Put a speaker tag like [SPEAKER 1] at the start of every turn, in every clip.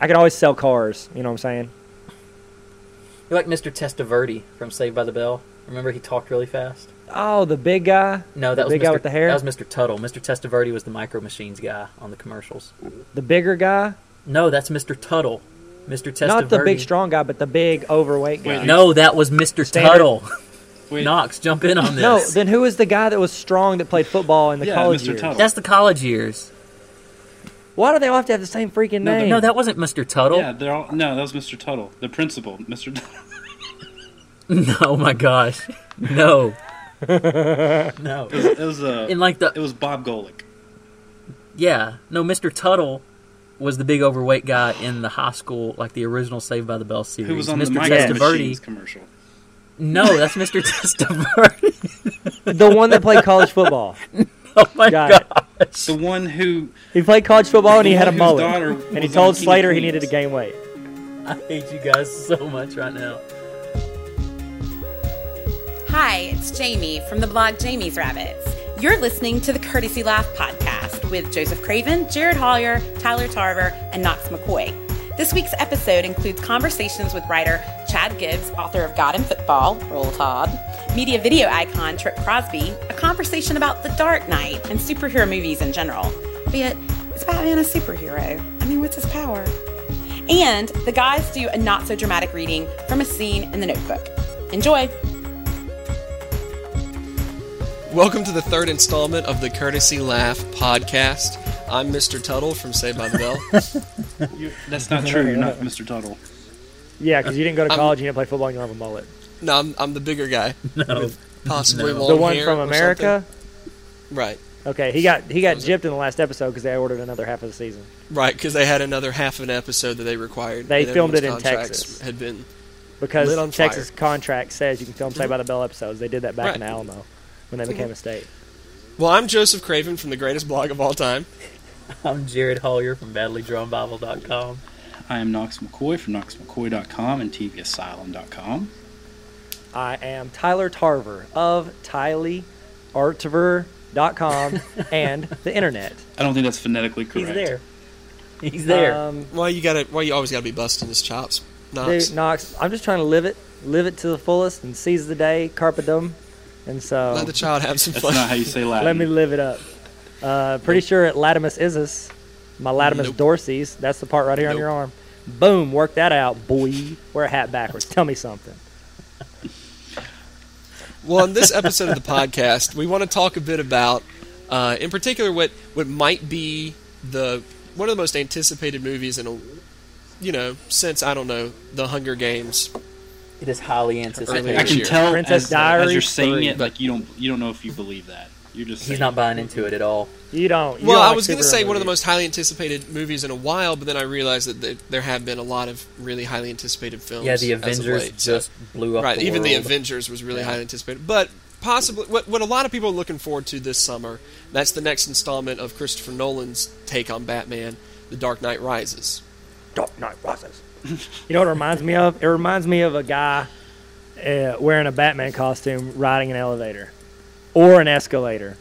[SPEAKER 1] I can always sell cars. You know what I'm saying?
[SPEAKER 2] You're like Mr. Testaverde from Saved by the Bell. Remember he talked really fast?
[SPEAKER 1] Oh, the big guy,
[SPEAKER 2] No, that
[SPEAKER 1] The
[SPEAKER 2] was
[SPEAKER 1] big
[SPEAKER 2] Mr.
[SPEAKER 1] guy with the hair?
[SPEAKER 2] That was Mr. Tuttle. Mr. Testaverde was the Micro Machines guy on the commercials.
[SPEAKER 1] the bigger guy,
[SPEAKER 2] No, that's Mr. Tuttle. Mr. Testaverde.
[SPEAKER 1] not the big strong guy, but the big overweight guy.
[SPEAKER 3] Wait,
[SPEAKER 2] No, that was Mr.
[SPEAKER 1] Standard-
[SPEAKER 2] Tuttle.
[SPEAKER 3] Wait,
[SPEAKER 2] Knox, jump in on this.
[SPEAKER 1] No, then who is the guy that was strong that played football in the
[SPEAKER 3] Yeah,
[SPEAKER 1] college
[SPEAKER 3] Mr.
[SPEAKER 1] years?
[SPEAKER 3] Tuttle.
[SPEAKER 2] that's the college years.
[SPEAKER 1] Why do they all have to have the same freaking
[SPEAKER 3] No, the-
[SPEAKER 1] name?
[SPEAKER 2] No, that wasn't Mr. Tuttle.
[SPEAKER 3] yeah, they're all no. That was Mr. Tuttle, the principal, Mr. Tuttle.
[SPEAKER 2] Oh my gosh. No. no.
[SPEAKER 3] It was uh,
[SPEAKER 2] In like
[SPEAKER 3] it
[SPEAKER 2] the
[SPEAKER 3] was Bob Golick.
[SPEAKER 2] yeah, no Mr. Tuttle was the big overweight guy in the high school, like the original Saved by the Bell series.
[SPEAKER 3] Who was on
[SPEAKER 2] Mr.
[SPEAKER 3] the Micro
[SPEAKER 2] Testaverde.
[SPEAKER 3] Machines commercial?
[SPEAKER 2] No, that's Mr. Testaverde.
[SPEAKER 1] the one that played college football.
[SPEAKER 2] Oh my
[SPEAKER 1] Got
[SPEAKER 2] god.
[SPEAKER 1] it.
[SPEAKER 3] The one who
[SPEAKER 1] He played college football and he
[SPEAKER 3] The
[SPEAKER 1] had a
[SPEAKER 3] one whose
[SPEAKER 1] mullet.
[SPEAKER 3] daughter
[SPEAKER 1] And he
[SPEAKER 3] was on
[SPEAKER 1] told
[SPEAKER 3] King of
[SPEAKER 1] Slater he
[SPEAKER 3] Queens.
[SPEAKER 1] needed to gain weight.
[SPEAKER 2] I hate you guys so much right now.
[SPEAKER 4] Hi, it's Jamie from the blog Jamie's Rabbits. You're listening to the Courtesy Laugh podcast with Joseph Craven, Jared Hollier, Tyler Tarver, and Knox McCoy. This week's episode includes conversations with writer Chad Gibbs, author of God and Football, Roll Todd, media video icon Trip Crosby, a conversation about The Dark Knight and superhero movies in general. Be it, is Batman a superhero? I mean, what's his power? And the guys do a not so dramatic reading from a scene in the notebook. Enjoy!
[SPEAKER 5] Welcome to the third installment of the Courtesy Laugh podcast. I'm Mr. Tuttle from Saved by the Bell.
[SPEAKER 3] you, that's not true. You're not Mr. Tuttle.
[SPEAKER 1] Yeah, because you didn't go to college, you didn't play football, and you don't have a mullet.
[SPEAKER 5] no, I'm, I'm the bigger guy.
[SPEAKER 2] No.
[SPEAKER 5] Possibly
[SPEAKER 1] the
[SPEAKER 5] long
[SPEAKER 1] one
[SPEAKER 5] hair
[SPEAKER 1] from
[SPEAKER 5] or
[SPEAKER 1] America.
[SPEAKER 5] something. Right,
[SPEAKER 1] Okay, he got he got gypped in the last episode because they ordered another half of the season.
[SPEAKER 5] right, because they had another half of an episode that they required.
[SPEAKER 1] They
[SPEAKER 5] and
[SPEAKER 1] filmed it
[SPEAKER 5] everyone's
[SPEAKER 1] in
[SPEAKER 5] contracts
[SPEAKER 1] Texas.
[SPEAKER 5] Had been
[SPEAKER 1] Because
[SPEAKER 5] Lit on Mhm.
[SPEAKER 1] Texas contract says you can film Saved by the Bell episodes. They did that back in
[SPEAKER 5] Right.
[SPEAKER 1] Alamo when they became a state.
[SPEAKER 5] well. I'm Joseph Craven from the greatest blog of all time.
[SPEAKER 2] I'm Jared Hollier from badlydrawnbible.com.
[SPEAKER 3] I am Knox McCoy from KnoxMcCoy.com and TVAsylum.com.
[SPEAKER 1] I am Tyler Tarver of TileyArtver.com and the internet.
[SPEAKER 3] I don't think that's phonetically correct.
[SPEAKER 2] He's there. He's there.
[SPEAKER 1] Um,
[SPEAKER 5] Why you gotta? Why you always gotta be busting his chops? Knox.
[SPEAKER 1] Dude, Knox, I'm just trying to live it, live it to the fullest, and seize the day, carpe diem, and so
[SPEAKER 5] Let the child have some
[SPEAKER 3] That's
[SPEAKER 5] fun.
[SPEAKER 3] not how you say Latin.
[SPEAKER 1] let me live it up. Uh, pretty sure at Latimus Isis, my Latimus
[SPEAKER 5] Nope.
[SPEAKER 1] Dorsey's, that's the part right here on
[SPEAKER 5] Nope.
[SPEAKER 1] your arm. Boom, work that out, boy. Wear a hat backwards. Tell me something.
[SPEAKER 5] Well, on this episode of the podcast, we want to talk a bit about, uh, in particular, what what might be the one of the most anticipated movies in a, you know, since I don't know the Hunger Games.
[SPEAKER 2] it is highly
[SPEAKER 5] Earlier.
[SPEAKER 3] I
[SPEAKER 2] anticipated.
[SPEAKER 3] can
[SPEAKER 5] Sure.
[SPEAKER 3] tell
[SPEAKER 1] Princess
[SPEAKER 3] as, as you're
[SPEAKER 1] Diaries
[SPEAKER 3] saying
[SPEAKER 1] three.
[SPEAKER 3] it, like you don't you don't know if you believe that. You're just
[SPEAKER 2] He's
[SPEAKER 3] saying
[SPEAKER 2] not buying into it at all.
[SPEAKER 1] You don't. You
[SPEAKER 5] well,
[SPEAKER 1] don't
[SPEAKER 5] I
[SPEAKER 1] like
[SPEAKER 5] was going to
[SPEAKER 1] superhero
[SPEAKER 5] say one of the
[SPEAKER 1] movies.
[SPEAKER 5] most highly anticipated movies in a while, but then I realized that th- there have been a lot of really highly anticipated films.
[SPEAKER 2] Yeah, the
[SPEAKER 5] as of
[SPEAKER 2] Avengers
[SPEAKER 5] late, so-
[SPEAKER 2] just blew up.
[SPEAKER 5] right.
[SPEAKER 2] the
[SPEAKER 5] even the
[SPEAKER 2] world.
[SPEAKER 5] Avengers was really
[SPEAKER 2] Yeah.
[SPEAKER 5] highly anticipated, but possibly what what a lot of people are looking forward to this summer. That's the next installment of Christopher Nolan's take on Batman, The Dark Knight Rises.
[SPEAKER 1] Dark Knight Rises. you know what it reminds me of? It reminds me of a guy uh, wearing a Batman costume riding an elevator or an escalator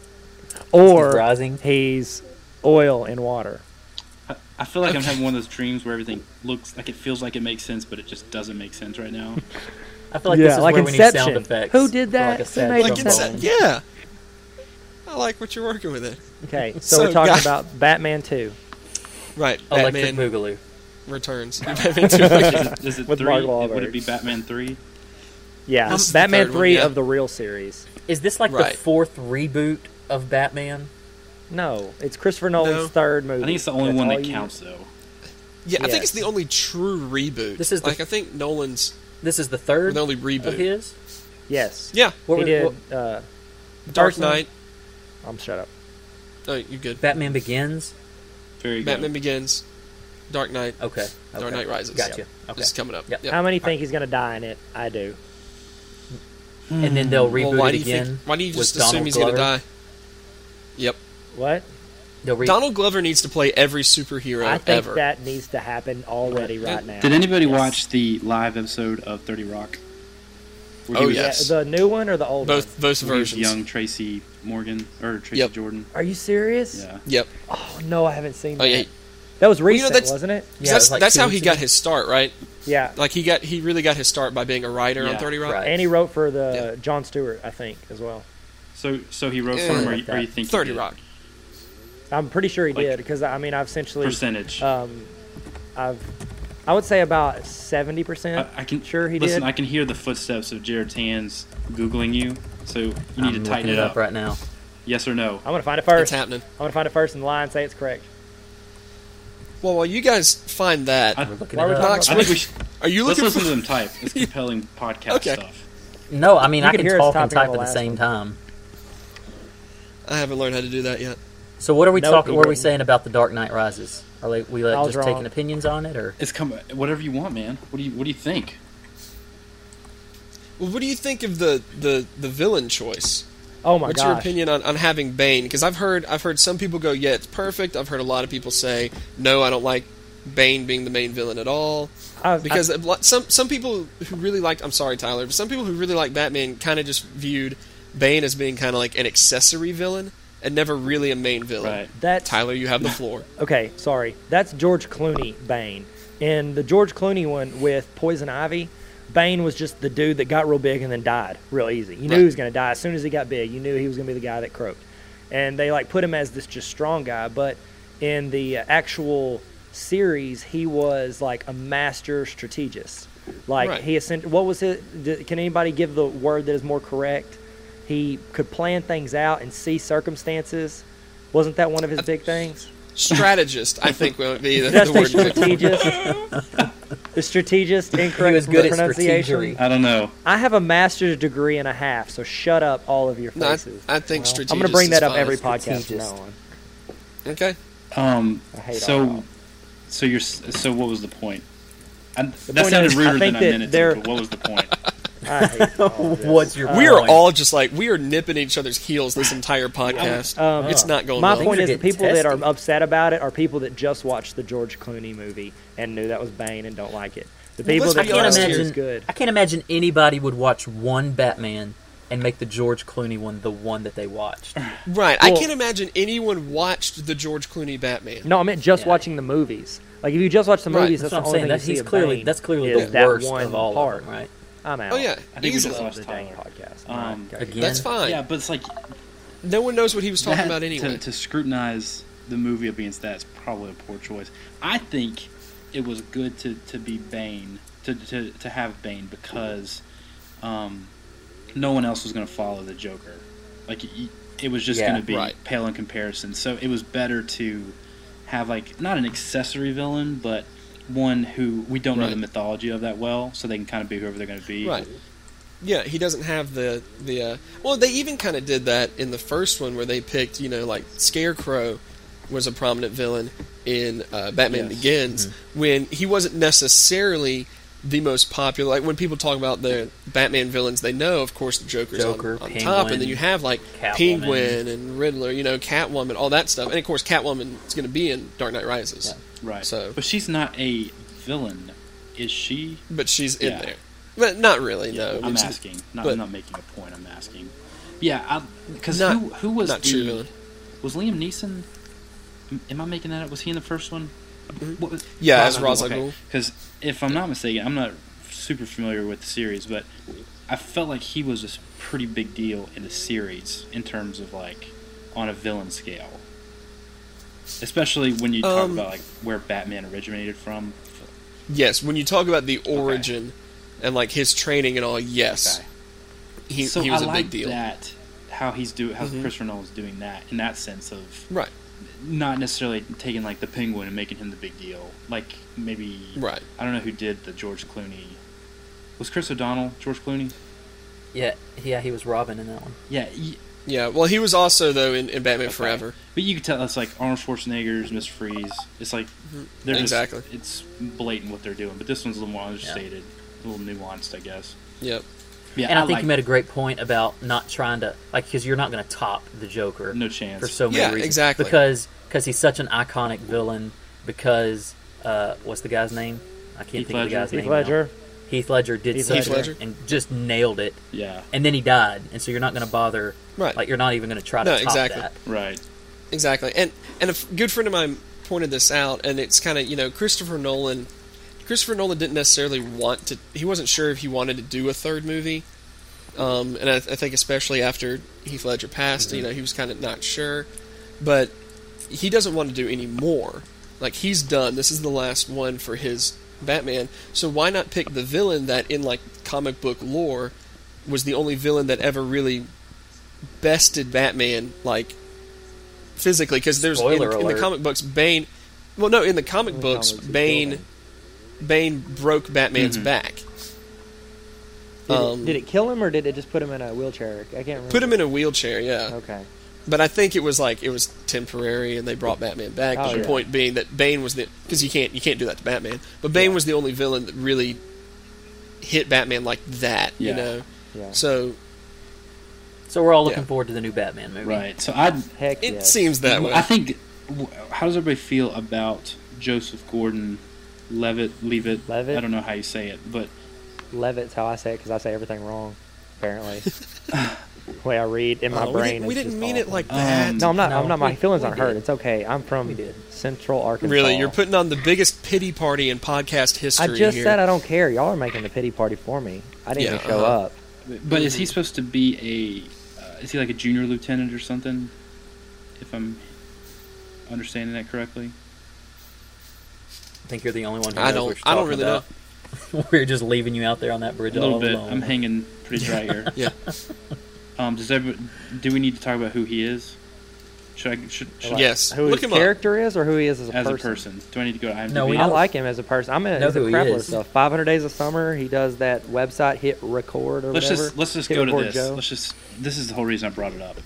[SPEAKER 1] or
[SPEAKER 2] He's rising.
[SPEAKER 1] he's oil in water.
[SPEAKER 3] I feel like I'm having one of those dreams where everything looks like it feels like it makes sense, but it just doesn't make sense right now.
[SPEAKER 2] I feel like
[SPEAKER 1] Yeah,
[SPEAKER 2] this is
[SPEAKER 1] like
[SPEAKER 2] where we need
[SPEAKER 1] Inception.
[SPEAKER 2] sound effects.
[SPEAKER 1] Who did
[SPEAKER 2] for,
[SPEAKER 1] that?
[SPEAKER 2] Like
[SPEAKER 1] Who
[SPEAKER 2] a sad
[SPEAKER 1] made
[SPEAKER 2] drum
[SPEAKER 5] Like it's
[SPEAKER 1] Inception?
[SPEAKER 2] roll.
[SPEAKER 5] a, yeah. I like what you're working with it.
[SPEAKER 1] Okay, so,
[SPEAKER 5] So,
[SPEAKER 1] we're talking
[SPEAKER 5] guys-
[SPEAKER 1] about Batman 2
[SPEAKER 5] Right.
[SPEAKER 2] Electric
[SPEAKER 5] Batman
[SPEAKER 2] Boogaloo.
[SPEAKER 5] returns. Batman two-
[SPEAKER 3] Is it
[SPEAKER 1] With
[SPEAKER 3] three?
[SPEAKER 1] Mark
[SPEAKER 3] Would
[SPEAKER 1] Wahlberg.
[SPEAKER 3] it be Batman three?
[SPEAKER 1] Yeah,
[SPEAKER 5] This is the
[SPEAKER 1] Batman
[SPEAKER 5] third
[SPEAKER 1] 3
[SPEAKER 5] one, yeah.
[SPEAKER 1] of the real series.
[SPEAKER 2] Is this like
[SPEAKER 5] Right.
[SPEAKER 2] the fourth reboot of Batman?
[SPEAKER 1] No, it's Christopher Nolan's
[SPEAKER 5] No.
[SPEAKER 1] third movie.
[SPEAKER 3] I think it's the only
[SPEAKER 1] That's
[SPEAKER 3] one
[SPEAKER 1] all
[SPEAKER 3] that
[SPEAKER 1] you-
[SPEAKER 3] counts though.
[SPEAKER 5] yeah, I think it's
[SPEAKER 1] Yes.
[SPEAKER 5] the only true reboot.
[SPEAKER 2] This is the-
[SPEAKER 5] like I think Nolan's
[SPEAKER 2] This is the third
[SPEAKER 5] the only
[SPEAKER 2] of
[SPEAKER 5] reboot.
[SPEAKER 2] his.
[SPEAKER 1] Yes.
[SPEAKER 5] Yeah.
[SPEAKER 2] What
[SPEAKER 1] he
[SPEAKER 2] was-
[SPEAKER 1] did.
[SPEAKER 2] what-
[SPEAKER 1] uh,
[SPEAKER 5] Dark
[SPEAKER 1] Dark
[SPEAKER 5] Knight.
[SPEAKER 1] I'm shut up.
[SPEAKER 5] Oh, you're good.
[SPEAKER 2] Batman Begins.
[SPEAKER 3] Very good.
[SPEAKER 5] Batman Begins. Dark Knight.
[SPEAKER 2] Okay. okay.
[SPEAKER 5] Dark Knight Rises.
[SPEAKER 2] Gotcha. Okay.
[SPEAKER 5] This is coming up.
[SPEAKER 2] Yep.
[SPEAKER 5] Yep.
[SPEAKER 1] How many think he's going to die in it? I do.
[SPEAKER 2] And then they'll
[SPEAKER 5] Well,
[SPEAKER 2] reboot
[SPEAKER 5] why
[SPEAKER 2] it
[SPEAKER 5] do you
[SPEAKER 2] again.
[SPEAKER 5] think? Why do you
[SPEAKER 2] with
[SPEAKER 5] just
[SPEAKER 2] Donald
[SPEAKER 5] assume he's
[SPEAKER 2] Glover.
[SPEAKER 5] gonna die? Yep.
[SPEAKER 1] What?
[SPEAKER 2] They'll re-
[SPEAKER 5] Donald Glover needs to play every superhero
[SPEAKER 1] I think
[SPEAKER 5] ever.
[SPEAKER 1] that needs to happen already right now.
[SPEAKER 3] Did anybody watch the live episode of Thirty Rock? Where he
[SPEAKER 5] Oh,
[SPEAKER 3] was-
[SPEAKER 1] Yeah,
[SPEAKER 5] Yes.
[SPEAKER 1] the new one or the old
[SPEAKER 5] both
[SPEAKER 1] one?
[SPEAKER 5] both
[SPEAKER 3] where he was
[SPEAKER 5] versions.
[SPEAKER 3] young Tracy Morgan or Tracy
[SPEAKER 5] Yep.
[SPEAKER 3] Jordan.
[SPEAKER 1] Are you serious?
[SPEAKER 3] Yeah.
[SPEAKER 5] Yep.
[SPEAKER 1] Oh no, I haven't seen
[SPEAKER 5] Oh
[SPEAKER 1] that.
[SPEAKER 5] yeah.
[SPEAKER 1] That was recent,
[SPEAKER 5] you know, that's-
[SPEAKER 1] wasn't it?
[SPEAKER 5] 'Cause
[SPEAKER 2] Yeah, it
[SPEAKER 5] that's
[SPEAKER 2] was like
[SPEAKER 5] that's
[SPEAKER 2] two
[SPEAKER 5] how he
[SPEAKER 2] weeks
[SPEAKER 5] got
[SPEAKER 2] ago.
[SPEAKER 5] his start, right?
[SPEAKER 1] Yeah.
[SPEAKER 5] Like he got he really got his start by being a writer on
[SPEAKER 3] Yeah,
[SPEAKER 5] Thirty Rock.
[SPEAKER 2] right.
[SPEAKER 1] And he wrote for the John Stewart, I think, as well.
[SPEAKER 3] So, so he wrote
[SPEAKER 5] Yeah.
[SPEAKER 3] for him, or, you- or you think he
[SPEAKER 5] Thirty
[SPEAKER 3] did?
[SPEAKER 5] Rock.
[SPEAKER 1] I'm pretty sure he
[SPEAKER 3] Like-
[SPEAKER 1] did because I mean I've essentially
[SPEAKER 3] percentage?
[SPEAKER 5] Uh,
[SPEAKER 1] um, I've I would say about seventy percent.
[SPEAKER 3] I, I can
[SPEAKER 1] sure he
[SPEAKER 3] listen.
[SPEAKER 1] did.
[SPEAKER 3] I can hear the footsteps of Jared Tan's googling you, so you need
[SPEAKER 2] I'm
[SPEAKER 3] to tighten
[SPEAKER 2] looking
[SPEAKER 3] it up.
[SPEAKER 2] right now.
[SPEAKER 3] Yes or no?
[SPEAKER 1] I'm gonna find it
[SPEAKER 5] It's
[SPEAKER 1] first. I'm
[SPEAKER 5] happening.
[SPEAKER 1] gonna find it first and lie and say it's correct.
[SPEAKER 5] Well, while you guys find that,
[SPEAKER 3] I-
[SPEAKER 2] We're looking
[SPEAKER 1] Why are
[SPEAKER 2] it
[SPEAKER 1] we
[SPEAKER 2] up.
[SPEAKER 1] talking
[SPEAKER 5] Knox,
[SPEAKER 3] I
[SPEAKER 1] about
[SPEAKER 3] think we should,
[SPEAKER 5] are you
[SPEAKER 3] let's
[SPEAKER 5] looking
[SPEAKER 3] listen
[SPEAKER 5] for?
[SPEAKER 3] to them type. It's compelling podcast
[SPEAKER 5] Okay.
[SPEAKER 3] stuff.
[SPEAKER 2] No, I mean
[SPEAKER 1] You
[SPEAKER 2] I
[SPEAKER 1] can
[SPEAKER 2] can
[SPEAKER 1] hear us
[SPEAKER 2] talk and
[SPEAKER 1] typing on
[SPEAKER 2] type
[SPEAKER 1] the
[SPEAKER 2] at the
[SPEAKER 1] last
[SPEAKER 2] same
[SPEAKER 1] one.
[SPEAKER 2] time.
[SPEAKER 5] I haven't learned how to do that yet.
[SPEAKER 2] So what are we
[SPEAKER 1] Nope,
[SPEAKER 2] talking?
[SPEAKER 1] he
[SPEAKER 2] What are we
[SPEAKER 1] didn't.
[SPEAKER 2] saying about the Dark Knight Rises? Are like, we
[SPEAKER 1] I
[SPEAKER 2] like,
[SPEAKER 1] was
[SPEAKER 2] just
[SPEAKER 1] wrong.
[SPEAKER 2] taking opinions on it, or
[SPEAKER 3] It's come whatever you want, man. What do you What do you think?
[SPEAKER 5] Well, what do you think of the the the villain choice?
[SPEAKER 1] Oh my
[SPEAKER 5] What's your
[SPEAKER 1] gosh!
[SPEAKER 5] opinion on, on having Bane? Because I've heard I've heard some people go, yeah, it's perfect. I've heard a lot of people say, no, I don't like Bane being the main villain at all.
[SPEAKER 1] I-
[SPEAKER 5] Because a lot- some some people who really liked I'm sorry, Tyler, but some people who really like Batman kind of just viewed Bane as being kind of like an accessory villain and never really a main villain.
[SPEAKER 3] Right.
[SPEAKER 1] that's
[SPEAKER 5] Tyler, you have the floor.
[SPEAKER 1] okay. Sorry, that's George Clooney Bane. In the George Clooney one with Poison Ivy, Bane was just the dude that got real big and then died real easy. You knew
[SPEAKER 5] Right.
[SPEAKER 1] he was gonna die as soon as he got big. You knew he was gonna be the guy that croaked, and they like put him as this just strong guy. But in the actual series, he was like a master strategist. Like
[SPEAKER 5] Right.
[SPEAKER 1] he essen- what was his? d can anybody give the word that is more correct? He could plan things out and see circumstances. Wasn't that one of his big things?
[SPEAKER 5] Strategist, I think would be the,
[SPEAKER 1] Did
[SPEAKER 5] the
[SPEAKER 1] I say
[SPEAKER 5] word.
[SPEAKER 1] strategist? the strategist
[SPEAKER 2] he
[SPEAKER 1] incorrect
[SPEAKER 2] was good at
[SPEAKER 1] pronunciation.
[SPEAKER 2] strategery?
[SPEAKER 3] I don't know.
[SPEAKER 1] I have a master's degree and a half, so shut up, all of your
[SPEAKER 5] No, I,
[SPEAKER 1] faces.
[SPEAKER 5] I think strategist.
[SPEAKER 1] I'm going to bring that
[SPEAKER 5] is
[SPEAKER 1] up
[SPEAKER 5] fine.
[SPEAKER 1] every podcast from
[SPEAKER 2] Strategist.
[SPEAKER 1] now on.
[SPEAKER 5] Okay.
[SPEAKER 3] Um.
[SPEAKER 1] I hate all
[SPEAKER 3] So,
[SPEAKER 1] y'all.
[SPEAKER 3] so you're s- so what was the point? I, that
[SPEAKER 1] point
[SPEAKER 3] sounded
[SPEAKER 1] is, I
[SPEAKER 3] ruder
[SPEAKER 1] think
[SPEAKER 3] than I
[SPEAKER 1] that
[SPEAKER 3] meant it
[SPEAKER 1] they're-
[SPEAKER 3] to. But what was the point?
[SPEAKER 1] I hate all of this.
[SPEAKER 2] what's your?
[SPEAKER 5] We are
[SPEAKER 2] point?
[SPEAKER 5] all just like we are nipping each other's heels this entire podcast.
[SPEAKER 1] Um,
[SPEAKER 5] it's not going
[SPEAKER 1] My
[SPEAKER 5] well.
[SPEAKER 1] point
[SPEAKER 2] Things are
[SPEAKER 1] is, the
[SPEAKER 2] getting
[SPEAKER 1] people that
[SPEAKER 2] testy.
[SPEAKER 1] are upset about it are people that just watched the George Clooney movie and knew that was Bane and don't like it. The people
[SPEAKER 5] let's
[SPEAKER 1] that
[SPEAKER 2] I
[SPEAKER 5] be
[SPEAKER 2] can't
[SPEAKER 1] thought
[SPEAKER 5] honest
[SPEAKER 1] it
[SPEAKER 5] here.
[SPEAKER 1] was
[SPEAKER 2] imagine.
[SPEAKER 1] good.
[SPEAKER 2] I can't imagine anybody would watch one Batman and make the George Clooney one the one that they watched.
[SPEAKER 5] Right. I
[SPEAKER 1] Well-
[SPEAKER 5] can't imagine anyone watched the George Clooney Batman.
[SPEAKER 1] No, I meant just
[SPEAKER 2] Yeah.
[SPEAKER 1] watching the movies. Like if you just watch the
[SPEAKER 5] Right.
[SPEAKER 1] movies,
[SPEAKER 2] That's
[SPEAKER 1] that's,
[SPEAKER 2] what
[SPEAKER 1] the only
[SPEAKER 2] I'm saying.
[SPEAKER 1] thing
[SPEAKER 2] That
[SPEAKER 1] you see
[SPEAKER 2] he's
[SPEAKER 1] of
[SPEAKER 2] clearly
[SPEAKER 1] Bane
[SPEAKER 2] that's clearly
[SPEAKER 1] is
[SPEAKER 2] the
[SPEAKER 1] that
[SPEAKER 2] worst
[SPEAKER 1] one
[SPEAKER 2] of all
[SPEAKER 1] part.
[SPEAKER 2] of them, right?
[SPEAKER 1] I'm out.
[SPEAKER 5] Oh yeah,
[SPEAKER 3] I think we just
[SPEAKER 5] easily.
[SPEAKER 1] Love
[SPEAKER 3] lost
[SPEAKER 1] the
[SPEAKER 3] Tyler.
[SPEAKER 1] dang podcast.
[SPEAKER 3] Um,
[SPEAKER 1] Alright, go.
[SPEAKER 2] Again.
[SPEAKER 5] That's fine.
[SPEAKER 3] Yeah, but it's like
[SPEAKER 5] No one knows what he was talking
[SPEAKER 3] that-
[SPEAKER 5] about anyway.
[SPEAKER 3] To, to scrutinize the movie against that is probably a poor choice. I think it was good to, to be Bane, to, to, to have Bane, because um, no one else was going to follow the Joker. Like, y- it was just
[SPEAKER 2] Yeah,
[SPEAKER 3] going to be
[SPEAKER 5] right.
[SPEAKER 3] pale in comparison. So it was better to have, like, not an accessory villain, but one who we don't know
[SPEAKER 5] Right.
[SPEAKER 3] the mythology of that well, so they can kind of be whoever they're going to be.
[SPEAKER 5] Right. Yeah, he doesn't have the the. Uh, well, they even kind of did that in the first one where they picked, you know, like Scarecrow was a prominent villain in uh,
[SPEAKER 3] Yes. Mm-hmm.
[SPEAKER 5] Batman Begins when he wasn't necessarily the most popular. Like when people talk about the Batman villains, they know, of course, the Joker's
[SPEAKER 2] Joker,
[SPEAKER 5] on, on top,
[SPEAKER 2] Penguin,
[SPEAKER 5] and then you have like
[SPEAKER 2] Catwoman.
[SPEAKER 5] Penguin and Riddler, you know, Catwoman, all that stuff, and of course, Catwoman is going to be in Dark Knight Rises,
[SPEAKER 3] Right.
[SPEAKER 5] So-
[SPEAKER 3] But she's not a villain, is she?
[SPEAKER 5] but she's in
[SPEAKER 3] Yeah.
[SPEAKER 5] there, but not really.
[SPEAKER 3] Yeah,
[SPEAKER 5] no, I
[SPEAKER 3] I'm
[SPEAKER 5] mean, she's-
[SPEAKER 3] asking. Not,
[SPEAKER 5] but-
[SPEAKER 3] I'm not making a point. I'm asking. Yeah, because
[SPEAKER 5] Not-
[SPEAKER 3] who who was
[SPEAKER 5] not
[SPEAKER 3] the,
[SPEAKER 5] true villain.
[SPEAKER 3] was Liam Neeson? am- Am I making that up? Was he in the first one? What was,
[SPEAKER 5] Mm-hmm. Yeah, as Ra's al Ghul.
[SPEAKER 3] Because if I'm not mistaken, I'm not super familiar with the series, but I felt like he was a s- pretty big deal in the series in terms of like on a villain scale, especially when you talk
[SPEAKER 5] Um,
[SPEAKER 3] about like where Batman originated from.
[SPEAKER 5] Yes, when you talk about the origin and like his training and all, yes,
[SPEAKER 3] Okay.
[SPEAKER 5] he,
[SPEAKER 3] so
[SPEAKER 5] he was
[SPEAKER 3] I
[SPEAKER 5] a
[SPEAKER 3] like
[SPEAKER 5] big deal.
[SPEAKER 3] that how he's do how Christopher Nolan's doing that in that sense of
[SPEAKER 5] Right,
[SPEAKER 3] not necessarily taking like the penguin and making him the big deal. Like maybe
[SPEAKER 5] right.
[SPEAKER 3] I don't know who did the George Clooney. Was Chris O'Donnell George Clooney?
[SPEAKER 2] Yeah, yeah, he was Robin in that one.
[SPEAKER 3] Yeah, y-
[SPEAKER 5] Yeah, well, he was also though in, in Batman
[SPEAKER 3] Okay.
[SPEAKER 5] Forever.
[SPEAKER 3] but you could tell it's like Arnold Schwarzenegger's Miss Freeze. It's like they're
[SPEAKER 5] Mm-hmm. Exactly.
[SPEAKER 3] just it's blatant what they're doing. But this one's a little more understated, a little nuanced, I guess.
[SPEAKER 5] Yep.
[SPEAKER 3] Yeah,
[SPEAKER 2] And I, think
[SPEAKER 3] like-
[SPEAKER 2] you made a great point about not trying to like because you're not going to top the Joker.
[SPEAKER 3] no chance
[SPEAKER 2] for so many
[SPEAKER 5] Yeah,
[SPEAKER 2] reasons.
[SPEAKER 5] exactly.
[SPEAKER 2] Because because he's such an iconic villain. Because uh, what's the guy's name? I can't
[SPEAKER 3] Heath
[SPEAKER 2] think of the
[SPEAKER 3] Ledger.
[SPEAKER 2] guy's
[SPEAKER 1] Heath
[SPEAKER 2] name.
[SPEAKER 1] Ledger.
[SPEAKER 2] Now. Heath Ledger did
[SPEAKER 1] Heath
[SPEAKER 2] such
[SPEAKER 5] Ledger.
[SPEAKER 2] and just nailed it,
[SPEAKER 3] Yeah,
[SPEAKER 2] and then he died, and so you're not going to bother.
[SPEAKER 5] Right.
[SPEAKER 2] Like you're not even going to try to
[SPEAKER 5] No,
[SPEAKER 2] top
[SPEAKER 5] exactly.
[SPEAKER 2] that.
[SPEAKER 3] right.
[SPEAKER 5] Exactly, and and a f- good friend of mine pointed this out, and it's kind of you know Christopher Nolan. Christopher Nolan didn't necessarily want to. He wasn't sure if he wanted to do a third movie, um, and I, I think especially after Heath Ledger passed,
[SPEAKER 2] Mm-hmm.
[SPEAKER 5] you know, he was kind of not sure. But he doesn't want to do any more. Like he's done. This is the last one for his Batman. So why not pick the villain that in like comic book lore was the only villain that ever really bested Batman like physically because there's in,
[SPEAKER 2] Spoiler
[SPEAKER 5] in the
[SPEAKER 2] alert.
[SPEAKER 5] comic books Bane well no in the comic
[SPEAKER 1] In the
[SPEAKER 5] books
[SPEAKER 1] comics, he
[SPEAKER 5] Bane
[SPEAKER 1] killed
[SPEAKER 5] Bane broke Batman's
[SPEAKER 1] Mm-hmm.
[SPEAKER 3] Mhm.
[SPEAKER 5] back
[SPEAKER 1] Did,
[SPEAKER 5] Um,
[SPEAKER 1] it, did it kill him or did it just put him in a wheelchair? I can't remember.
[SPEAKER 5] put him in a wheelchair yeah
[SPEAKER 1] Okay.
[SPEAKER 5] But I think it was like it was temporary, and they brought Batman back.
[SPEAKER 1] Oh,
[SPEAKER 5] the
[SPEAKER 1] yeah.
[SPEAKER 5] point being that Bane was the because you can't you can't do that to Batman. But Bane
[SPEAKER 1] Yeah.
[SPEAKER 5] was the only villain that really hit Batman like that. You
[SPEAKER 3] Yeah.
[SPEAKER 5] know,
[SPEAKER 1] Yeah.
[SPEAKER 5] so
[SPEAKER 2] So we're all looking
[SPEAKER 5] Yeah.
[SPEAKER 2] forward to the new Batman movie.
[SPEAKER 3] Right. So I
[SPEAKER 1] Heck
[SPEAKER 5] it
[SPEAKER 1] yes.
[SPEAKER 5] seems that way.
[SPEAKER 3] I think w- how does everybody feel about Joseph Gordon Levitt Leavitt?
[SPEAKER 1] Leavitt?
[SPEAKER 3] I don't know how you say it, but
[SPEAKER 1] Levitt's how I say it because I say everything wrong, apparently. the way I read in my
[SPEAKER 5] Oh, we
[SPEAKER 1] brain.
[SPEAKER 5] didn't, we
[SPEAKER 1] is
[SPEAKER 5] didn't
[SPEAKER 1] just
[SPEAKER 5] mean it
[SPEAKER 1] awful.
[SPEAKER 5] like
[SPEAKER 3] Um,
[SPEAKER 5] that.
[SPEAKER 1] No, I'm not.
[SPEAKER 2] No,
[SPEAKER 1] I'm not. My
[SPEAKER 2] we-
[SPEAKER 1] feelings
[SPEAKER 2] we
[SPEAKER 1] aren't hurt.
[SPEAKER 2] did.
[SPEAKER 1] It's okay. I'm from
[SPEAKER 2] We did.
[SPEAKER 1] Central Arkansas.
[SPEAKER 5] really, you're putting on the biggest pity party in podcast
[SPEAKER 1] I
[SPEAKER 5] history.
[SPEAKER 1] just
[SPEAKER 5] here.
[SPEAKER 1] said I don't care. Y'all are making the pity party for me. I didn't
[SPEAKER 5] Yeah,
[SPEAKER 1] even show
[SPEAKER 5] uh-huh.
[SPEAKER 1] up.
[SPEAKER 3] but is he supposed to be a? Uh, is he like a junior lieutenant or something? If I'm understanding that correctly.
[SPEAKER 2] I think you're the only one who
[SPEAKER 5] I
[SPEAKER 2] knows
[SPEAKER 5] don't-
[SPEAKER 2] what you're
[SPEAKER 5] I don't
[SPEAKER 2] talking
[SPEAKER 5] really
[SPEAKER 2] about. we're just leaving you out there on that bridge
[SPEAKER 3] a little
[SPEAKER 2] all
[SPEAKER 3] bit.
[SPEAKER 2] alone.
[SPEAKER 3] I'm hanging pretty dry here.
[SPEAKER 5] Yeah.
[SPEAKER 3] Um. Does everybody, do we need to talk about who he is? Should I? Should, should I-
[SPEAKER 5] yes,
[SPEAKER 1] Who
[SPEAKER 5] look
[SPEAKER 1] his
[SPEAKER 5] him
[SPEAKER 1] character is, or who he is as a
[SPEAKER 3] as
[SPEAKER 1] person.
[SPEAKER 3] a person, do I need to go to IMDb?
[SPEAKER 2] No, we
[SPEAKER 1] I
[SPEAKER 2] know-
[SPEAKER 1] like him as a person. I'm in
[SPEAKER 2] Know
[SPEAKER 1] he's a
[SPEAKER 2] who he
[SPEAKER 1] crapper
[SPEAKER 2] is.
[SPEAKER 1] stuff. 500 days of summer. He does that website hit record or
[SPEAKER 3] Let's
[SPEAKER 1] whatever.
[SPEAKER 3] just let's just
[SPEAKER 1] Hit
[SPEAKER 3] go to
[SPEAKER 1] record
[SPEAKER 3] this.
[SPEAKER 1] Joe.
[SPEAKER 3] Let's just. This is the whole reason I brought it up.
[SPEAKER 5] up.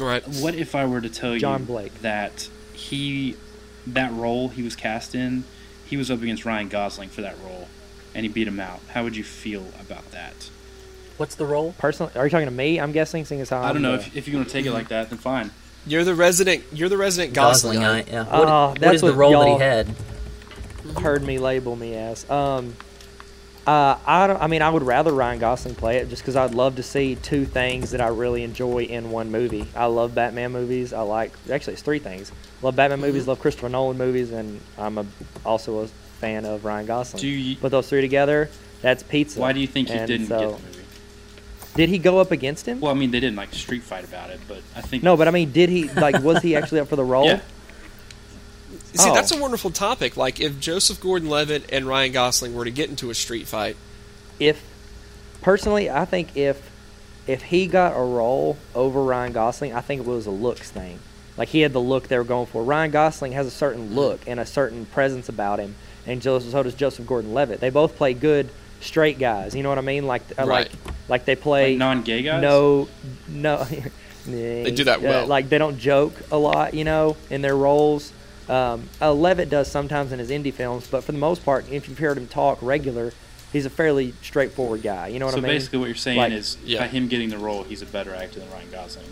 [SPEAKER 5] All right.
[SPEAKER 3] What if I were to tell you
[SPEAKER 1] John Blake.
[SPEAKER 3] that he that role he was cast in, he was up against Ryan Gosling for that role and he beat him out. How would you feel about that?
[SPEAKER 2] What's the role?
[SPEAKER 1] Personally, are you talking to me? I'm guessing, seeing as how
[SPEAKER 3] I
[SPEAKER 1] I'm
[SPEAKER 3] don't know
[SPEAKER 1] the-
[SPEAKER 3] if, if you're going to take it like that, then fine.
[SPEAKER 5] You're the resident. You're the resident Gosling.
[SPEAKER 2] Gosling, yeah.
[SPEAKER 1] Uh,
[SPEAKER 2] What, what
[SPEAKER 1] that's
[SPEAKER 2] is the
[SPEAKER 1] what
[SPEAKER 2] role that
[SPEAKER 1] y'all-
[SPEAKER 2] he had?
[SPEAKER 1] heard me label me as. Um, uh, I don't. I mean, I would rather Ryan Gosling play it just because I'd love to see two things that I really enjoy in one movie. I love Batman movies. I like actually it's three things. Love Batman
[SPEAKER 3] Mm-hmm.
[SPEAKER 1] movies. Love Christopher Nolan movies, and I'm a, also a fan of Ryan Gosling.
[SPEAKER 3] Do you-
[SPEAKER 1] Put those three together. That's pizza.
[SPEAKER 3] Why do you think he
[SPEAKER 1] And
[SPEAKER 3] didn't
[SPEAKER 1] so-
[SPEAKER 3] get the movie?
[SPEAKER 1] Did he go up against him?
[SPEAKER 3] Well, I mean, they didn't like street fight about it, but I think
[SPEAKER 1] No, but I mean, did he like? was he actually up for the role?
[SPEAKER 3] Yeah.
[SPEAKER 5] See,
[SPEAKER 1] Oh.
[SPEAKER 5] that's a wonderful topic. Like, if Joseph Gordon-Levitt and Ryan Gosling were to get into a street fight,
[SPEAKER 1] if personally, I think if if he got a role over Ryan Gosling, I think it was a looks thing. Like he had the look they were going for. Ryan Gosling has a certain look and a certain presence about him, and Joseph, so does Joseph Gordon-Levitt. They both play good straight guys. You know what I mean? Like uh,
[SPEAKER 5] Right.
[SPEAKER 1] like like they play
[SPEAKER 3] Like non-gay guys?
[SPEAKER 1] No, no. they
[SPEAKER 5] do that well.
[SPEAKER 1] like they don't joke a lot, you know, in their roles. Um, uh, Levitt does sometimes in his indie films, but for the most part, if you've heard him talk regular, he's a fairly straightforward guy. You know what
[SPEAKER 3] so
[SPEAKER 1] I mean?
[SPEAKER 3] basically what you're saying
[SPEAKER 1] Like-
[SPEAKER 3] is
[SPEAKER 5] Yeah.
[SPEAKER 3] by him getting the role, he's a better actor than Ryan Gosling.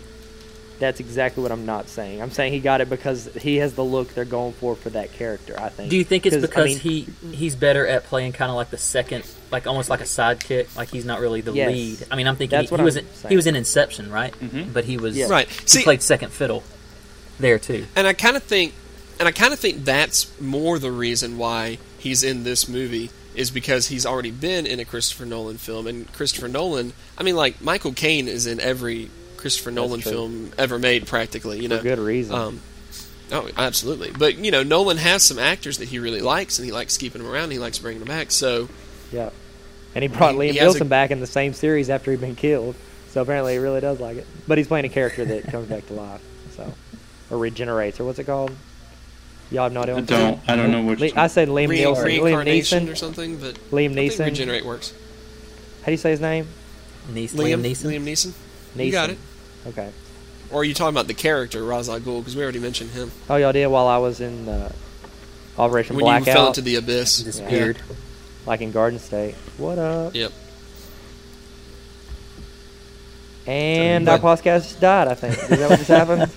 [SPEAKER 1] That's exactly what I'm not saying. I'm saying he got it because he has the look they're going for for that character. I think.
[SPEAKER 2] Do you think it's
[SPEAKER 1] 'Cause, I
[SPEAKER 2] because
[SPEAKER 1] mean,
[SPEAKER 2] he he's better at playing kind of like the second, like almost like a sidekick, like he's not really the
[SPEAKER 1] Yes.
[SPEAKER 2] lead? I mean, I'm thinking
[SPEAKER 1] That's
[SPEAKER 2] he,
[SPEAKER 1] what
[SPEAKER 2] he was
[SPEAKER 1] I'm
[SPEAKER 2] in, he
[SPEAKER 1] saying. Mm-hmm.
[SPEAKER 2] was in Inception, right?
[SPEAKER 3] Mhm.
[SPEAKER 2] But he was
[SPEAKER 1] Yeah.
[SPEAKER 5] right?
[SPEAKER 2] He
[SPEAKER 5] See,
[SPEAKER 2] played second fiddle there too.
[SPEAKER 5] and I kind of think, and I kind of think that's more the reason why he's in this movie is because he's already been in a Christopher Nolan film, and Christopher Nolan. I mean, like Michael Caine is in every Christopher Nolan
[SPEAKER 1] true.
[SPEAKER 5] film ever made, practically. You know,
[SPEAKER 1] good reason.
[SPEAKER 5] Um, oh, absolutely. But you know, Nolan has some actors that he really likes, and he likes keeping them around. And he likes bringing them back. So
[SPEAKER 1] Yeah. And he brought
[SPEAKER 5] He-
[SPEAKER 1] Liam
[SPEAKER 5] he has a-
[SPEAKER 1] Wilson back in the same series after he'd been killed. So apparently he really does like it. But he's playing a character that comes back to life. So or regenerates or what's it called? Y'all have no idea.
[SPEAKER 3] I
[SPEAKER 1] what I'm saying?
[SPEAKER 3] don't. I don't know what you're
[SPEAKER 1] Le- I
[SPEAKER 3] talking
[SPEAKER 1] said Liam
[SPEAKER 5] re-
[SPEAKER 1] Nielsen. Liam
[SPEAKER 5] reincarnation or
[SPEAKER 1] Neeson.
[SPEAKER 5] something. But
[SPEAKER 1] Liam
[SPEAKER 5] I think
[SPEAKER 1] Neeson.
[SPEAKER 5] regenerate works.
[SPEAKER 1] How do you say his name?
[SPEAKER 2] Nees-
[SPEAKER 5] Liam,
[SPEAKER 2] Liam, Neeson.
[SPEAKER 5] Liam Neeson.
[SPEAKER 1] Neeson.
[SPEAKER 5] You got it.
[SPEAKER 1] Okay.
[SPEAKER 5] Or are you talking about the character Ra's al Ghul? Because we already mentioned him.
[SPEAKER 1] Oh, y'all did while I was in uh, Operation
[SPEAKER 5] when
[SPEAKER 1] Blackout,
[SPEAKER 5] you fell into the abyss.
[SPEAKER 2] disappeared.
[SPEAKER 1] like in Garden State. What up?
[SPEAKER 5] Yep.
[SPEAKER 1] And
[SPEAKER 5] But-
[SPEAKER 1] our podcast just died. I think. Is that what just happened?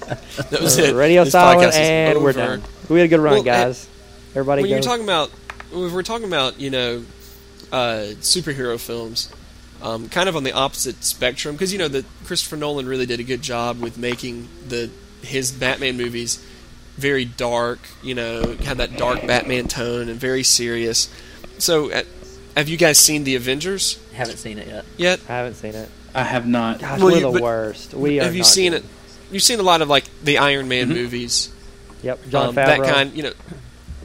[SPEAKER 5] That was it.
[SPEAKER 1] Radio
[SPEAKER 5] This podcast
[SPEAKER 1] silent,
[SPEAKER 5] is
[SPEAKER 1] and we're
[SPEAKER 5] over.
[SPEAKER 1] done. We had a good run,
[SPEAKER 5] Well, and-
[SPEAKER 1] guys. Everybody,
[SPEAKER 5] When
[SPEAKER 1] go.
[SPEAKER 5] you're talking about, if we're talking about, you know, uh, superhero films, um, kind of on the opposite spectrum, because you know the Christopher Nolan really did a good job with making the his Batman movies very dark, you know, had that dark Batman tone and very serious. So, uh, have you guys seen The Avengers
[SPEAKER 2] Haven't seen it yet.
[SPEAKER 5] yet?
[SPEAKER 1] I haven't seen it.
[SPEAKER 3] I have not.
[SPEAKER 1] Gosh,
[SPEAKER 5] Well,
[SPEAKER 1] we're
[SPEAKER 5] you-
[SPEAKER 1] the
[SPEAKER 5] but-
[SPEAKER 1] worst. We are
[SPEAKER 5] have you
[SPEAKER 1] not
[SPEAKER 5] seen
[SPEAKER 1] good.
[SPEAKER 5] it? You've seen a lot of like the Iron Man movies,
[SPEAKER 1] Yep, John
[SPEAKER 5] um,
[SPEAKER 1] Favreau.
[SPEAKER 5] that kind. You know,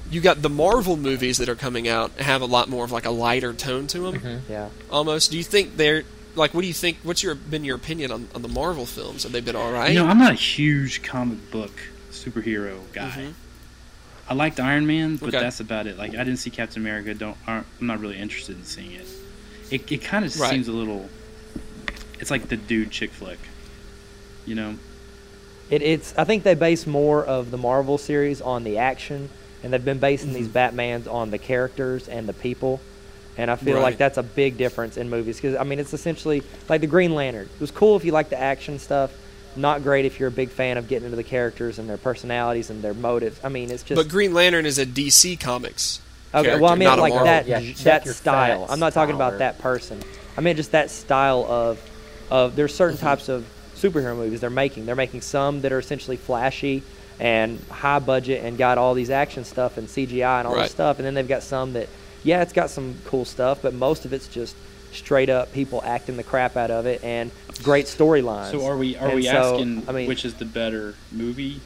[SPEAKER 5] you got the Marvel movies that are coming out have a lot more of like a lighter tone to them,
[SPEAKER 1] Yeah.
[SPEAKER 5] almost. Do you think they're like? What do you think? What's your been your opinion on, on the Marvel films? Have they been all right?
[SPEAKER 3] You know, I'm not a huge comic book superhero guy.
[SPEAKER 1] Mm-hmm.
[SPEAKER 3] I liked Iron Man, but
[SPEAKER 5] Okay.
[SPEAKER 3] that's about it. Like, I didn't see Captain America. Don't aren't, I'm not really interested in seeing it. It, it kind of
[SPEAKER 5] Right.
[SPEAKER 3] seems a little. It's like the dude chick flick, you know.
[SPEAKER 1] It, it's. I think they base more of the Marvel series on the action, and they've been basing
[SPEAKER 5] Mm-hmm.
[SPEAKER 1] these Batmans on the characters and the people. And I feel like
[SPEAKER 5] Right.
[SPEAKER 1] that's a big difference in movies because I mean it's essentially like the Green Lantern. It was cool if you like the action stuff. Not great if you're a big fan of getting into the characters and their personalities and their motives. I mean, it's just
[SPEAKER 5] but Green Lantern is a DC Comics.
[SPEAKER 1] Okay,
[SPEAKER 5] character,
[SPEAKER 1] well, I mean
[SPEAKER 5] not a
[SPEAKER 1] like
[SPEAKER 5] Marvel.
[SPEAKER 1] that
[SPEAKER 2] Yeah, check
[SPEAKER 1] that
[SPEAKER 2] your
[SPEAKER 1] style.
[SPEAKER 2] facts,
[SPEAKER 1] I'm not talking
[SPEAKER 2] Tyler.
[SPEAKER 1] about that person. I mean just that style of of there's certain
[SPEAKER 2] Mm-hmm.
[SPEAKER 1] types of superhero movies they're making. They're making some that are essentially flashy and high budget and got all these action stuff and CGI and all
[SPEAKER 5] Right.
[SPEAKER 1] this stuff, and then they've got some that yeah, it's got some cool stuff, but most of it's just straight up people acting the crap out of it and great storylines.
[SPEAKER 3] So are we are
[SPEAKER 1] And
[SPEAKER 3] we
[SPEAKER 1] so,
[SPEAKER 3] asking
[SPEAKER 1] I mean,
[SPEAKER 3] which is the better movie?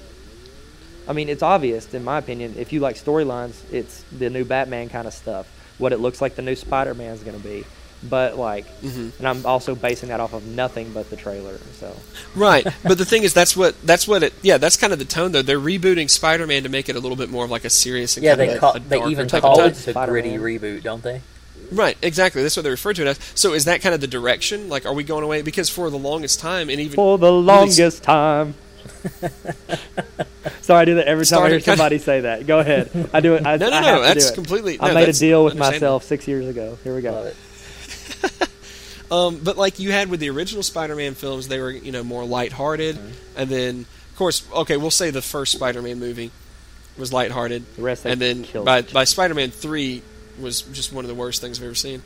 [SPEAKER 1] I mean, it's obvious, in my opinion. If you like storylines, it's the new Batman kind of stuff. What it looks like the new Spider Man's going to be. But, like,
[SPEAKER 5] Mm-hmm.
[SPEAKER 1] and I'm also basing that off of nothing but the trailer. So,
[SPEAKER 5] Right, but the thing is, that's what that's what it. Yeah, that's kind of the tone though. They're rebooting Spider-Man to make it a little bit more of like a serious. And
[SPEAKER 2] Yeah,
[SPEAKER 5] kind
[SPEAKER 2] they
[SPEAKER 5] of
[SPEAKER 2] call,
[SPEAKER 5] a
[SPEAKER 2] they
[SPEAKER 5] darker
[SPEAKER 2] even
[SPEAKER 5] type
[SPEAKER 2] call
[SPEAKER 5] of
[SPEAKER 2] it
[SPEAKER 5] tone.
[SPEAKER 2] the
[SPEAKER 1] Spider-Man.
[SPEAKER 2] gritty reboot, don't they?
[SPEAKER 5] Right, exactly. That's what they refer to it as. So is that kind of the direction? Like, are we going away? Because for the longest time, and even
[SPEAKER 1] for the
[SPEAKER 5] really
[SPEAKER 1] longest time. Sorry, I do that every time I
[SPEAKER 5] Started
[SPEAKER 1] hear
[SPEAKER 5] kinda-
[SPEAKER 1] somebody say that. Go ahead. I do it. I,
[SPEAKER 5] No, no,
[SPEAKER 1] I
[SPEAKER 5] no,
[SPEAKER 1] have to do
[SPEAKER 5] that's
[SPEAKER 1] it.
[SPEAKER 5] completely-
[SPEAKER 1] I
[SPEAKER 5] no,
[SPEAKER 1] made a
[SPEAKER 5] that's
[SPEAKER 1] deal with
[SPEAKER 5] understandable.
[SPEAKER 1] myself six years ago. Here we go.
[SPEAKER 2] Love it.
[SPEAKER 5] Um, but like you had with the original Spider-Man films, they were you know more lighthearted,
[SPEAKER 1] Mm-hmm.
[SPEAKER 5] and then of course, okay, we'll say the first Spider-Man movie was lighthearted,
[SPEAKER 1] The rest they
[SPEAKER 5] and then
[SPEAKER 1] killed.
[SPEAKER 5] by by Spider-Man three was just one of the worst things I've ever seen.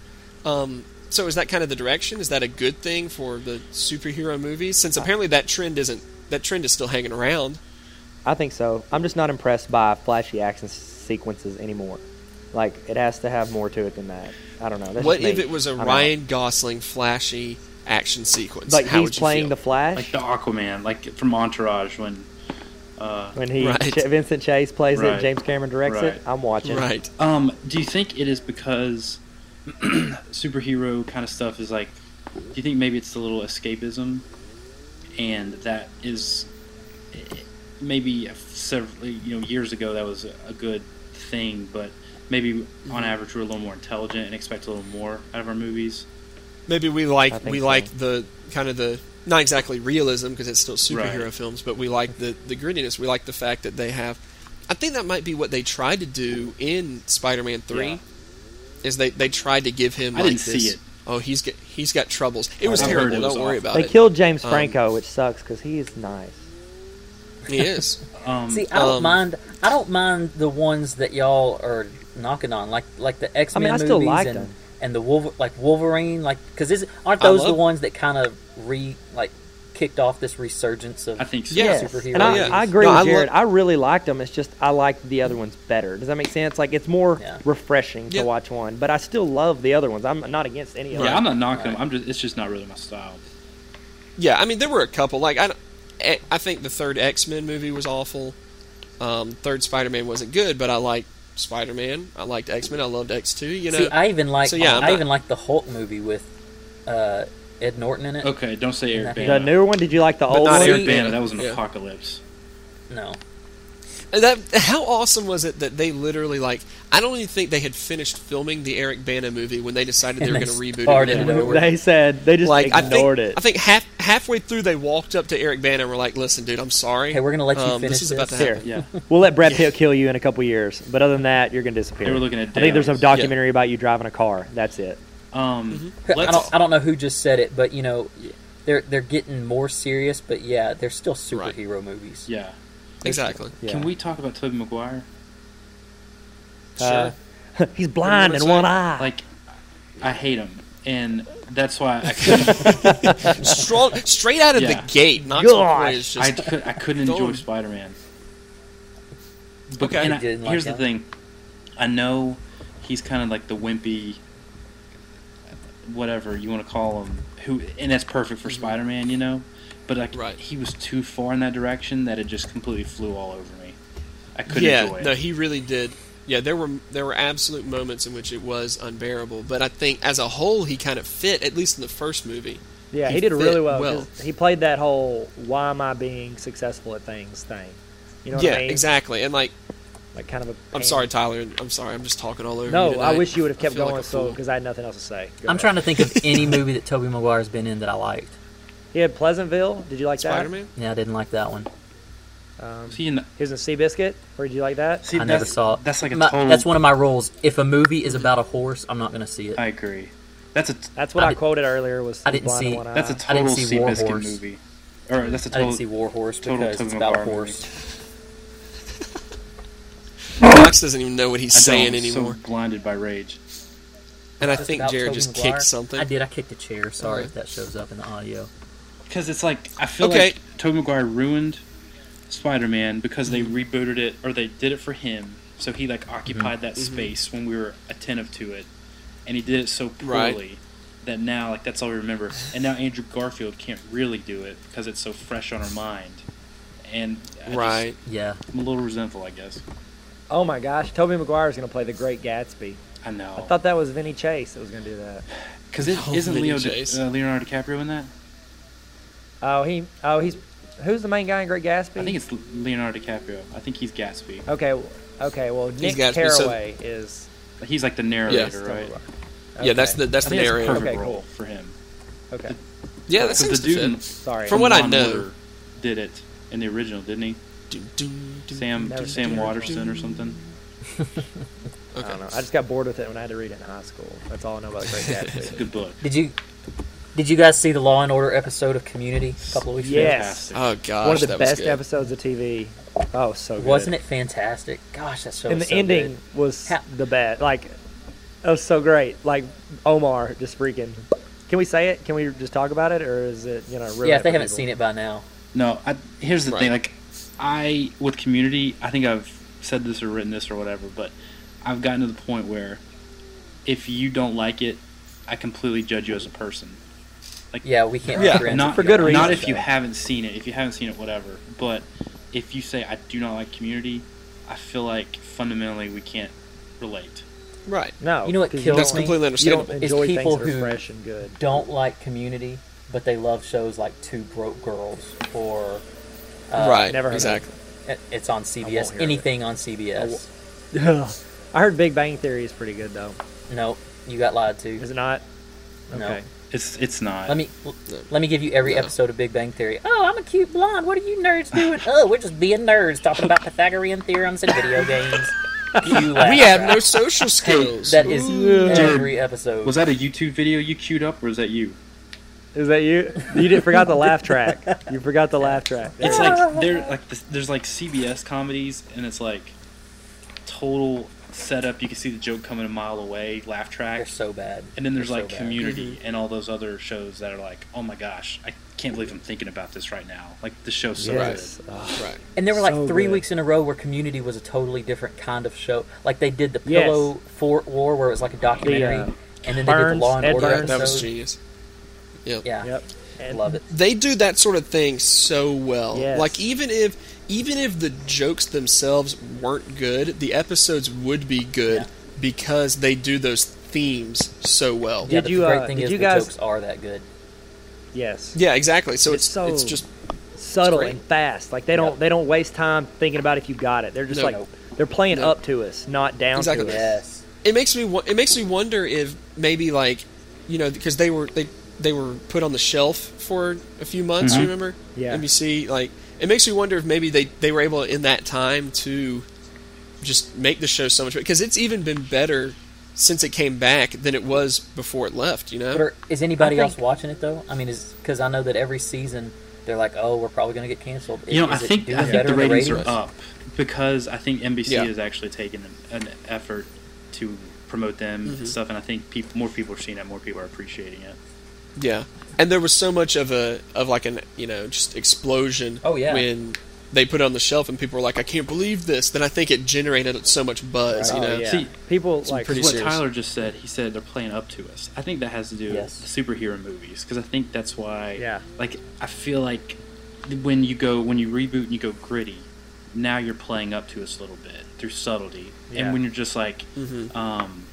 [SPEAKER 5] Um, so is that kind of the direction? Is that a good thing for the superhero movies? Since
[SPEAKER 1] Uh,
[SPEAKER 5] apparently that trend isn't that trend is still hanging around.
[SPEAKER 1] I think so. I'm just not impressed by flashy action s- sequences anymore. Like it has to have more to it than that. I don't know. That's
[SPEAKER 5] What
[SPEAKER 1] just
[SPEAKER 5] if
[SPEAKER 1] me.
[SPEAKER 5] it was a
[SPEAKER 1] I'm out.
[SPEAKER 5] Ryan Gosling flashy action sequence?
[SPEAKER 1] Like
[SPEAKER 5] How
[SPEAKER 1] he's
[SPEAKER 5] would you
[SPEAKER 1] playing
[SPEAKER 5] feel?
[SPEAKER 1] the Flash
[SPEAKER 3] Like the Aquaman, like from Entourage when. Uh,
[SPEAKER 1] when he
[SPEAKER 5] Right.
[SPEAKER 1] Ch- Vincent Chase plays it,
[SPEAKER 3] Right.
[SPEAKER 1] James Cameron directs
[SPEAKER 3] Right.
[SPEAKER 1] it. I'm watching.
[SPEAKER 5] right.
[SPEAKER 3] Um, do you think it is because superhero kind of stuff is like? Do you think maybe it's a little escapism, and that is maybe several you know years ago that was a good thing, but maybe on average we're a little more intelligent and expect a little more out of our movies.
[SPEAKER 5] Maybe we
[SPEAKER 1] I
[SPEAKER 5] like
[SPEAKER 1] think
[SPEAKER 5] we
[SPEAKER 1] so.
[SPEAKER 5] like the kind of the not exactly realism because it's still superhero
[SPEAKER 3] Right.
[SPEAKER 5] films, but we like the the grittiness. We like the fact that they have. I think that might be what they tried to do in Spider-Man Three.
[SPEAKER 3] Yeah.
[SPEAKER 5] Is they they tried to give him.
[SPEAKER 3] I
[SPEAKER 5] like
[SPEAKER 3] didn't see
[SPEAKER 5] this,
[SPEAKER 3] it.
[SPEAKER 5] Oh, he's got he's got troubles. It was
[SPEAKER 3] I heard
[SPEAKER 5] terrible.
[SPEAKER 3] it was
[SPEAKER 5] Don't worry
[SPEAKER 3] awful.
[SPEAKER 5] about
[SPEAKER 1] They
[SPEAKER 5] it.
[SPEAKER 1] killed James
[SPEAKER 5] Um,
[SPEAKER 1] Franco, which sucks because he is nice.
[SPEAKER 5] He is.
[SPEAKER 3] Um,
[SPEAKER 2] See, I don't
[SPEAKER 5] Um,
[SPEAKER 2] mind. I don't mind the ones that y'all are knocking on, like like the X Men
[SPEAKER 1] I
[SPEAKER 2] movies
[SPEAKER 1] still like
[SPEAKER 2] and
[SPEAKER 1] them.
[SPEAKER 2] and the Wolver, like Wolverine, like because aren't
[SPEAKER 5] I
[SPEAKER 2] those the
[SPEAKER 5] love-
[SPEAKER 2] ones that kind of re like kicked off this resurgence of?
[SPEAKER 3] I think so.
[SPEAKER 5] Yeah.
[SPEAKER 1] Yes.
[SPEAKER 2] superhero
[SPEAKER 1] And I,
[SPEAKER 5] movies.
[SPEAKER 1] I agree
[SPEAKER 5] No, I
[SPEAKER 1] with
[SPEAKER 5] love-
[SPEAKER 1] Jared. I really liked them. It's just I liked the other ones better. Does that make sense? Like it's more
[SPEAKER 2] Yeah.
[SPEAKER 1] refreshing to
[SPEAKER 5] Yeah.
[SPEAKER 1] watch one, but I still love the other ones. I'm not against any of
[SPEAKER 3] Yeah, I'm
[SPEAKER 1] them.
[SPEAKER 3] not knocking. them. I'm just. It's just not really my style.
[SPEAKER 5] Yeah, I mean there were a couple. Like I, don't- eh, I- I think the third X Men movie was awful. Um, third Spider Man wasn't good, but I liked Spider Man. I liked X Men. I loved X Two. You know,
[SPEAKER 2] See, I even like
[SPEAKER 5] So, yeah, I'm
[SPEAKER 2] I
[SPEAKER 5] not-
[SPEAKER 2] even like the Hulk movie with uh, Ed Norton in it.
[SPEAKER 3] Okay, don't say Eric
[SPEAKER 2] The
[SPEAKER 1] The
[SPEAKER 3] Bana.
[SPEAKER 1] newer one? Did you like the old one?
[SPEAKER 5] not Eric
[SPEAKER 3] Eric Bana. That was an
[SPEAKER 5] Yeah.
[SPEAKER 3] apocalypse.
[SPEAKER 2] No,
[SPEAKER 5] And that how awesome was it that they literally like I don't even think they had finished filming the Eric Bana movie when they decided they
[SPEAKER 2] And
[SPEAKER 5] were
[SPEAKER 2] they
[SPEAKER 5] going to reboot
[SPEAKER 2] started it
[SPEAKER 5] it.
[SPEAKER 2] over.
[SPEAKER 1] They said they just
[SPEAKER 5] Like
[SPEAKER 1] ignored
[SPEAKER 5] I think
[SPEAKER 1] it.
[SPEAKER 5] I think half halfway through they walked up to Eric Bana and were like, "Listen, dude, I'm sorry.
[SPEAKER 2] Hey, we're gonna let you
[SPEAKER 5] um,
[SPEAKER 2] finish
[SPEAKER 5] This is about to
[SPEAKER 2] this."
[SPEAKER 5] happen."
[SPEAKER 1] Here,
[SPEAKER 3] Yeah.
[SPEAKER 1] we'll let Brad Pitt kill you in a couple years, but other than that, you're gonna disappear.
[SPEAKER 3] They were looking at
[SPEAKER 1] I think there's a
[SPEAKER 3] Dallas.
[SPEAKER 1] documentary about you driving a car. That's it.
[SPEAKER 3] Um,
[SPEAKER 2] I
[SPEAKER 3] let's-
[SPEAKER 2] don't. I don't know who just said it, but you know, they're they're getting more serious. But yeah, they're still
[SPEAKER 5] Right.
[SPEAKER 2] superhero movies.
[SPEAKER 3] yeah.
[SPEAKER 5] Exactly.
[SPEAKER 1] Yeah.
[SPEAKER 3] Can we talk about Tobey Maguire?
[SPEAKER 1] Uh,
[SPEAKER 5] sure.
[SPEAKER 1] He's blind in one
[SPEAKER 5] say?
[SPEAKER 1] eye.
[SPEAKER 2] Ah.
[SPEAKER 3] Like, I hate him, and that's why I couldn't.
[SPEAKER 5] Strong, straight out of
[SPEAKER 3] Yeah.
[SPEAKER 5] the gate. Knox on
[SPEAKER 1] Gosh.
[SPEAKER 5] Wood is
[SPEAKER 3] I,
[SPEAKER 5] just
[SPEAKER 3] could, I couldn't
[SPEAKER 5] Don't.
[SPEAKER 3] enjoy Spider Man. But,
[SPEAKER 5] Okay.
[SPEAKER 3] and I,
[SPEAKER 2] You didn't like
[SPEAKER 3] here's the
[SPEAKER 2] him?
[SPEAKER 3] thing. I know he's kind of like the wimpy, whatever you want to call him. Who and that's perfect
[SPEAKER 2] Mm-hmm.
[SPEAKER 3] for Spider-Man, you know. But like
[SPEAKER 5] Right.
[SPEAKER 3] he was too far in that direction that it just completely flew all over me. I couldn't
[SPEAKER 5] yeah,
[SPEAKER 3] enjoy it.
[SPEAKER 5] no, he really did. Yeah, there were there were absolute moments in which it was unbearable, but I think as a whole he kind of fit at least in the first movie.
[SPEAKER 1] Yeah, he,
[SPEAKER 5] He
[SPEAKER 1] did
[SPEAKER 5] fit
[SPEAKER 1] really well.
[SPEAKER 5] well.
[SPEAKER 1] 'cause He played that whole "Why am I being successful at things?" thing. You know what
[SPEAKER 5] yeah,
[SPEAKER 1] I mean?
[SPEAKER 5] exactly. And like,
[SPEAKER 1] Like kind of a.
[SPEAKER 5] I'm
[SPEAKER 1] pain.
[SPEAKER 5] sorry, Tyler. I'm sorry. I'm just talking all over. you
[SPEAKER 1] No, I
[SPEAKER 5] tonight.
[SPEAKER 1] wish you would have
[SPEAKER 5] I
[SPEAKER 1] kept
[SPEAKER 5] feel
[SPEAKER 1] going
[SPEAKER 5] like a
[SPEAKER 1] so
[SPEAKER 5] fool.
[SPEAKER 1] because I had nothing else to say. Go
[SPEAKER 2] I'm
[SPEAKER 1] ahead.
[SPEAKER 2] trying to think of any movie that Toby Maguire's been in that I liked.
[SPEAKER 1] He had Pleasantville. Did you like
[SPEAKER 5] Spider-Man.
[SPEAKER 2] Yeah, I didn't like that one.
[SPEAKER 1] that? Um,
[SPEAKER 3] See, and-
[SPEAKER 1] he was in Seabiscuit. Or did you like that?
[SPEAKER 3] see,
[SPEAKER 2] I never
[SPEAKER 3] that's-
[SPEAKER 2] saw it.
[SPEAKER 3] That's like a
[SPEAKER 2] My-
[SPEAKER 3] total.
[SPEAKER 2] That's one of my rules. If a movie is about a horse, I'm not going to see it.
[SPEAKER 3] I agree. That's a
[SPEAKER 1] That's what
[SPEAKER 2] I
[SPEAKER 1] I,
[SPEAKER 2] did-
[SPEAKER 1] quoted earlier. Was
[SPEAKER 2] I didn't
[SPEAKER 1] blind in
[SPEAKER 2] see-
[SPEAKER 1] one eye.
[SPEAKER 3] that's a
[SPEAKER 2] Uh, I didn't
[SPEAKER 3] total
[SPEAKER 2] see War
[SPEAKER 3] Seabiscuit
[SPEAKER 2] Horse.
[SPEAKER 3] movie, or that's a
[SPEAKER 2] I didn't see
[SPEAKER 3] total.
[SPEAKER 2] War Horse
[SPEAKER 3] total
[SPEAKER 2] because
[SPEAKER 3] Tobey
[SPEAKER 2] it's about a
[SPEAKER 3] Maguire
[SPEAKER 2] horse.
[SPEAKER 5] Fox doesn't even know what he's
[SPEAKER 3] I
[SPEAKER 5] saying
[SPEAKER 3] don't, I'm
[SPEAKER 5] anymore,
[SPEAKER 3] So blinded by rage.
[SPEAKER 5] and I
[SPEAKER 2] It's
[SPEAKER 5] think
[SPEAKER 2] about
[SPEAKER 5] Jared
[SPEAKER 2] Tobey
[SPEAKER 5] just
[SPEAKER 2] Maguire.
[SPEAKER 5] kicked something.
[SPEAKER 2] I did. I kicked a chair. Sorry
[SPEAKER 5] Uh-huh.
[SPEAKER 2] if that shows up in the audio.
[SPEAKER 3] Because it's like I feel
[SPEAKER 5] Okay.
[SPEAKER 3] like Tobey Maguire ruined Spider-Man because
[SPEAKER 2] Mm-hmm.
[SPEAKER 3] they rebooted it or they did it for him, so he like occupied that
[SPEAKER 2] Mm-hmm.
[SPEAKER 3] space when we were attentive to it, and he did it so
[SPEAKER 5] Right.
[SPEAKER 3] poorly that now like that's all we remember. And now Andrew Garfield can't really do it because it's so fresh on our mind, and I just-
[SPEAKER 5] Right.
[SPEAKER 2] Yeah,
[SPEAKER 3] I'm a little resentful, I guess.
[SPEAKER 1] Oh my gosh, Toby Maguire is going to play the Great Gatsby.
[SPEAKER 3] I know.
[SPEAKER 1] I thought that was Vinny Chase that was going to do that.
[SPEAKER 3] Because it,
[SPEAKER 5] Oh,
[SPEAKER 3] isn't
[SPEAKER 5] Vinny
[SPEAKER 3] Leo Di-
[SPEAKER 5] Chase.
[SPEAKER 3] uh, Leonardo DiCaprio in that?
[SPEAKER 1] Oh he, oh he's, who's the main guy in Great Gatsby?
[SPEAKER 3] I think it's Leonardo DiCaprio. I think he's Gatsby.
[SPEAKER 1] Okay, w- okay. Well, Nick
[SPEAKER 5] Gatsby, so-
[SPEAKER 1] Caraway is.
[SPEAKER 3] He's like the narrator,
[SPEAKER 1] Toby
[SPEAKER 3] right?
[SPEAKER 1] Maguire.
[SPEAKER 5] Yeah, that's
[SPEAKER 1] Okay,
[SPEAKER 5] the that's
[SPEAKER 3] I
[SPEAKER 5] the
[SPEAKER 3] think that's a
[SPEAKER 5] narrator.
[SPEAKER 3] perfect
[SPEAKER 1] Okay,
[SPEAKER 3] role
[SPEAKER 1] cool.
[SPEAKER 3] for him.
[SPEAKER 1] Okay,
[SPEAKER 5] Yeah, that
[SPEAKER 3] Because
[SPEAKER 5] seems
[SPEAKER 3] the dude
[SPEAKER 5] to
[SPEAKER 3] in-
[SPEAKER 5] fit.
[SPEAKER 1] sorry.
[SPEAKER 5] From what I
[SPEAKER 3] Ron
[SPEAKER 5] know-
[SPEAKER 3] Miller did it in the original, didn't he?
[SPEAKER 5] Doo, doo, doo,
[SPEAKER 3] Sam
[SPEAKER 1] Never
[SPEAKER 3] Sam
[SPEAKER 1] seen it.
[SPEAKER 3] Watterson or something.
[SPEAKER 5] Okay.
[SPEAKER 1] I don't know. I just got bored with it when I had to read it in high school. That's all I know about the Great
[SPEAKER 3] It's a
[SPEAKER 1] Gatsby.
[SPEAKER 3] good book.
[SPEAKER 2] Did you did you guys see the Law and Order episode of Community a couple of weeks
[SPEAKER 1] Yes.
[SPEAKER 3] Fantastic.
[SPEAKER 5] Oh gosh,
[SPEAKER 1] One of the
[SPEAKER 5] that was
[SPEAKER 1] best
[SPEAKER 5] good.
[SPEAKER 1] episodes of TV. Oh, so
[SPEAKER 2] ago?
[SPEAKER 1] good.
[SPEAKER 2] Wasn't it fantastic? Gosh, that show.
[SPEAKER 1] And
[SPEAKER 2] was
[SPEAKER 1] the
[SPEAKER 2] so
[SPEAKER 1] ending
[SPEAKER 2] good.
[SPEAKER 1] was
[SPEAKER 2] Ha-
[SPEAKER 1] the best. Like, it was so great. Like Omar just freaking. Can we say it? Can we just talk about it, or is it you know?
[SPEAKER 2] Yeah, if they haven't seen it by now,
[SPEAKER 3] No, I, here's the
[SPEAKER 5] Right.
[SPEAKER 3] thing. Like, I with Community, I think I've said this or written this or whatever, but I've gotten to the point where if you don't like it, I completely judge you as a person.
[SPEAKER 2] yeah, we can't.
[SPEAKER 5] Yeah,
[SPEAKER 2] be friends
[SPEAKER 3] Not
[SPEAKER 2] if you
[SPEAKER 1] good
[SPEAKER 2] don't like
[SPEAKER 3] Not
[SPEAKER 1] reason,
[SPEAKER 2] it,
[SPEAKER 3] if you
[SPEAKER 2] though.
[SPEAKER 3] haven't seen it. If you haven't seen it, whatever. But if you say I do not like Community, I feel like fundamentally we can't relate.
[SPEAKER 5] Right.
[SPEAKER 1] No,
[SPEAKER 2] You know what
[SPEAKER 1] 'cause
[SPEAKER 2] kills
[SPEAKER 5] That's
[SPEAKER 1] don't-
[SPEAKER 2] me?
[SPEAKER 5] completely
[SPEAKER 1] You don't
[SPEAKER 5] understandable.
[SPEAKER 2] It's
[SPEAKER 1] enjoy
[SPEAKER 2] people
[SPEAKER 1] things that are
[SPEAKER 2] who-
[SPEAKER 1] fresh and good.
[SPEAKER 2] Don't like Community, but they love shows like Two Broke Girls or uh,
[SPEAKER 5] right.
[SPEAKER 1] never heard of
[SPEAKER 5] exactly.
[SPEAKER 2] it- It's on CBS.
[SPEAKER 1] hear
[SPEAKER 2] Anything on CBS.
[SPEAKER 1] I heard Big Bang Theory is pretty good though.
[SPEAKER 2] No, you got lied to.
[SPEAKER 1] Is it not?
[SPEAKER 2] No.
[SPEAKER 1] Okay.
[SPEAKER 3] It's it's not.
[SPEAKER 2] Let me let me give you every episode of Big Bang Theory. Oh, I'm a cute blonde. What are you nerds doing? oh, we're just being nerds talking about Pythagorean theorems and video games. You laugh
[SPEAKER 5] We have
[SPEAKER 2] track.
[SPEAKER 5] no social skills.
[SPEAKER 2] That is
[SPEAKER 3] Dude,
[SPEAKER 2] every episode.
[SPEAKER 3] Was that a YouTube video you queued up, or is that you?
[SPEAKER 1] Is that you? You did, forgot the laugh track. You forgot the laugh track.
[SPEAKER 3] It's like there, like this, there's like CBS comedies, and it's like total setup. You can see the joke coming a mile away, laugh
[SPEAKER 2] They're
[SPEAKER 3] track,
[SPEAKER 2] so bad.
[SPEAKER 3] and then there's
[SPEAKER 2] They're so
[SPEAKER 3] like
[SPEAKER 2] bad. Mm-hmm.
[SPEAKER 3] Community and all those other shows that are like, oh my gosh, I can't believe I'm thinking about this right now. Like the show's so
[SPEAKER 1] yes. Ugh.
[SPEAKER 5] right.
[SPEAKER 2] And there were like
[SPEAKER 1] So
[SPEAKER 2] three
[SPEAKER 1] good.
[SPEAKER 2] weeks in a row where Community was a totally different kind of show. Like they did the
[SPEAKER 1] Yes.
[SPEAKER 2] Pillow Fort War, where it was like a documentary,
[SPEAKER 1] The, uh,
[SPEAKER 2] and then they did
[SPEAKER 1] Burns,
[SPEAKER 2] the Law and
[SPEAKER 1] Ed
[SPEAKER 2] Order
[SPEAKER 1] Burns.
[SPEAKER 2] episode.
[SPEAKER 5] That was genius. Yep.
[SPEAKER 2] Yeah,
[SPEAKER 1] Yep. And
[SPEAKER 2] love it.
[SPEAKER 5] They do that sort of thing so well.
[SPEAKER 1] Yes.
[SPEAKER 5] Like even if even if the jokes themselves weren't good, the episodes would be good
[SPEAKER 2] Yeah.
[SPEAKER 5] because they do those themes so well.
[SPEAKER 2] yeah,
[SPEAKER 1] Did
[SPEAKER 2] but
[SPEAKER 1] you,
[SPEAKER 2] the great
[SPEAKER 1] uh,
[SPEAKER 2] thing
[SPEAKER 1] did
[SPEAKER 2] is
[SPEAKER 1] you
[SPEAKER 2] the
[SPEAKER 1] guys-
[SPEAKER 2] jokes are that good.
[SPEAKER 1] Yes.
[SPEAKER 5] Yeah, exactly. So
[SPEAKER 1] It's
[SPEAKER 5] it's
[SPEAKER 1] so-
[SPEAKER 5] it's just
[SPEAKER 1] Subtle
[SPEAKER 5] great.
[SPEAKER 1] and fast. Like they don't they don't waste time thinking about if you got it. They're just
[SPEAKER 5] No.
[SPEAKER 1] like they're playing
[SPEAKER 5] No.
[SPEAKER 1] up to us, not down
[SPEAKER 5] Exactly.
[SPEAKER 1] to us.
[SPEAKER 2] Yes.
[SPEAKER 5] it makes me wo- it makes me wonder if maybe like you know because they were they they were put on the shelf for a few months. You remember?
[SPEAKER 1] Yeah.
[SPEAKER 5] NBC like it makes me wonder if maybe they they were able in that time to just make the show so much better because it's even been better since it came back than it was before it left. You know?
[SPEAKER 2] But are, is anybody
[SPEAKER 1] I think-
[SPEAKER 2] else watching it though? I mean, is because I know that every season they're like, "Oh, we're probably going to get canceled."
[SPEAKER 3] You know,
[SPEAKER 2] Is
[SPEAKER 3] I
[SPEAKER 2] it
[SPEAKER 3] think
[SPEAKER 2] doing
[SPEAKER 3] I think
[SPEAKER 2] better
[SPEAKER 3] the
[SPEAKER 2] in
[SPEAKER 3] ratings,
[SPEAKER 2] ratings?
[SPEAKER 3] are up because I think NBC
[SPEAKER 5] Yeah.
[SPEAKER 3] has actually taken an, an effort to promote them
[SPEAKER 2] Mm-hmm.
[SPEAKER 3] and stuff, and I think people, more people are seeing it, more people are appreciating it.
[SPEAKER 5] Yeah, and there was so much of a of like an you know just explosion.
[SPEAKER 2] Oh, yeah.
[SPEAKER 5] when they put it on the shelf and people were like, I can't believe this, then I think it generated so much buzz, you
[SPEAKER 1] Oh,
[SPEAKER 5] know?
[SPEAKER 1] yeah.
[SPEAKER 3] See,
[SPEAKER 1] people
[SPEAKER 5] some
[SPEAKER 1] like
[SPEAKER 5] pretty
[SPEAKER 3] what
[SPEAKER 5] serious.
[SPEAKER 3] Tyler just said, he said they're playing up to us. I think that has to do
[SPEAKER 2] Yes.
[SPEAKER 3] with superhero movies because I think that's why.
[SPEAKER 1] Yeah.
[SPEAKER 3] Like I feel like when you go when you reboot and you go gritty, now you're playing up to us a little bit through subtlety,
[SPEAKER 1] Yeah.
[SPEAKER 3] and when you're just like,
[SPEAKER 2] Mm-hmm.
[SPEAKER 3] um,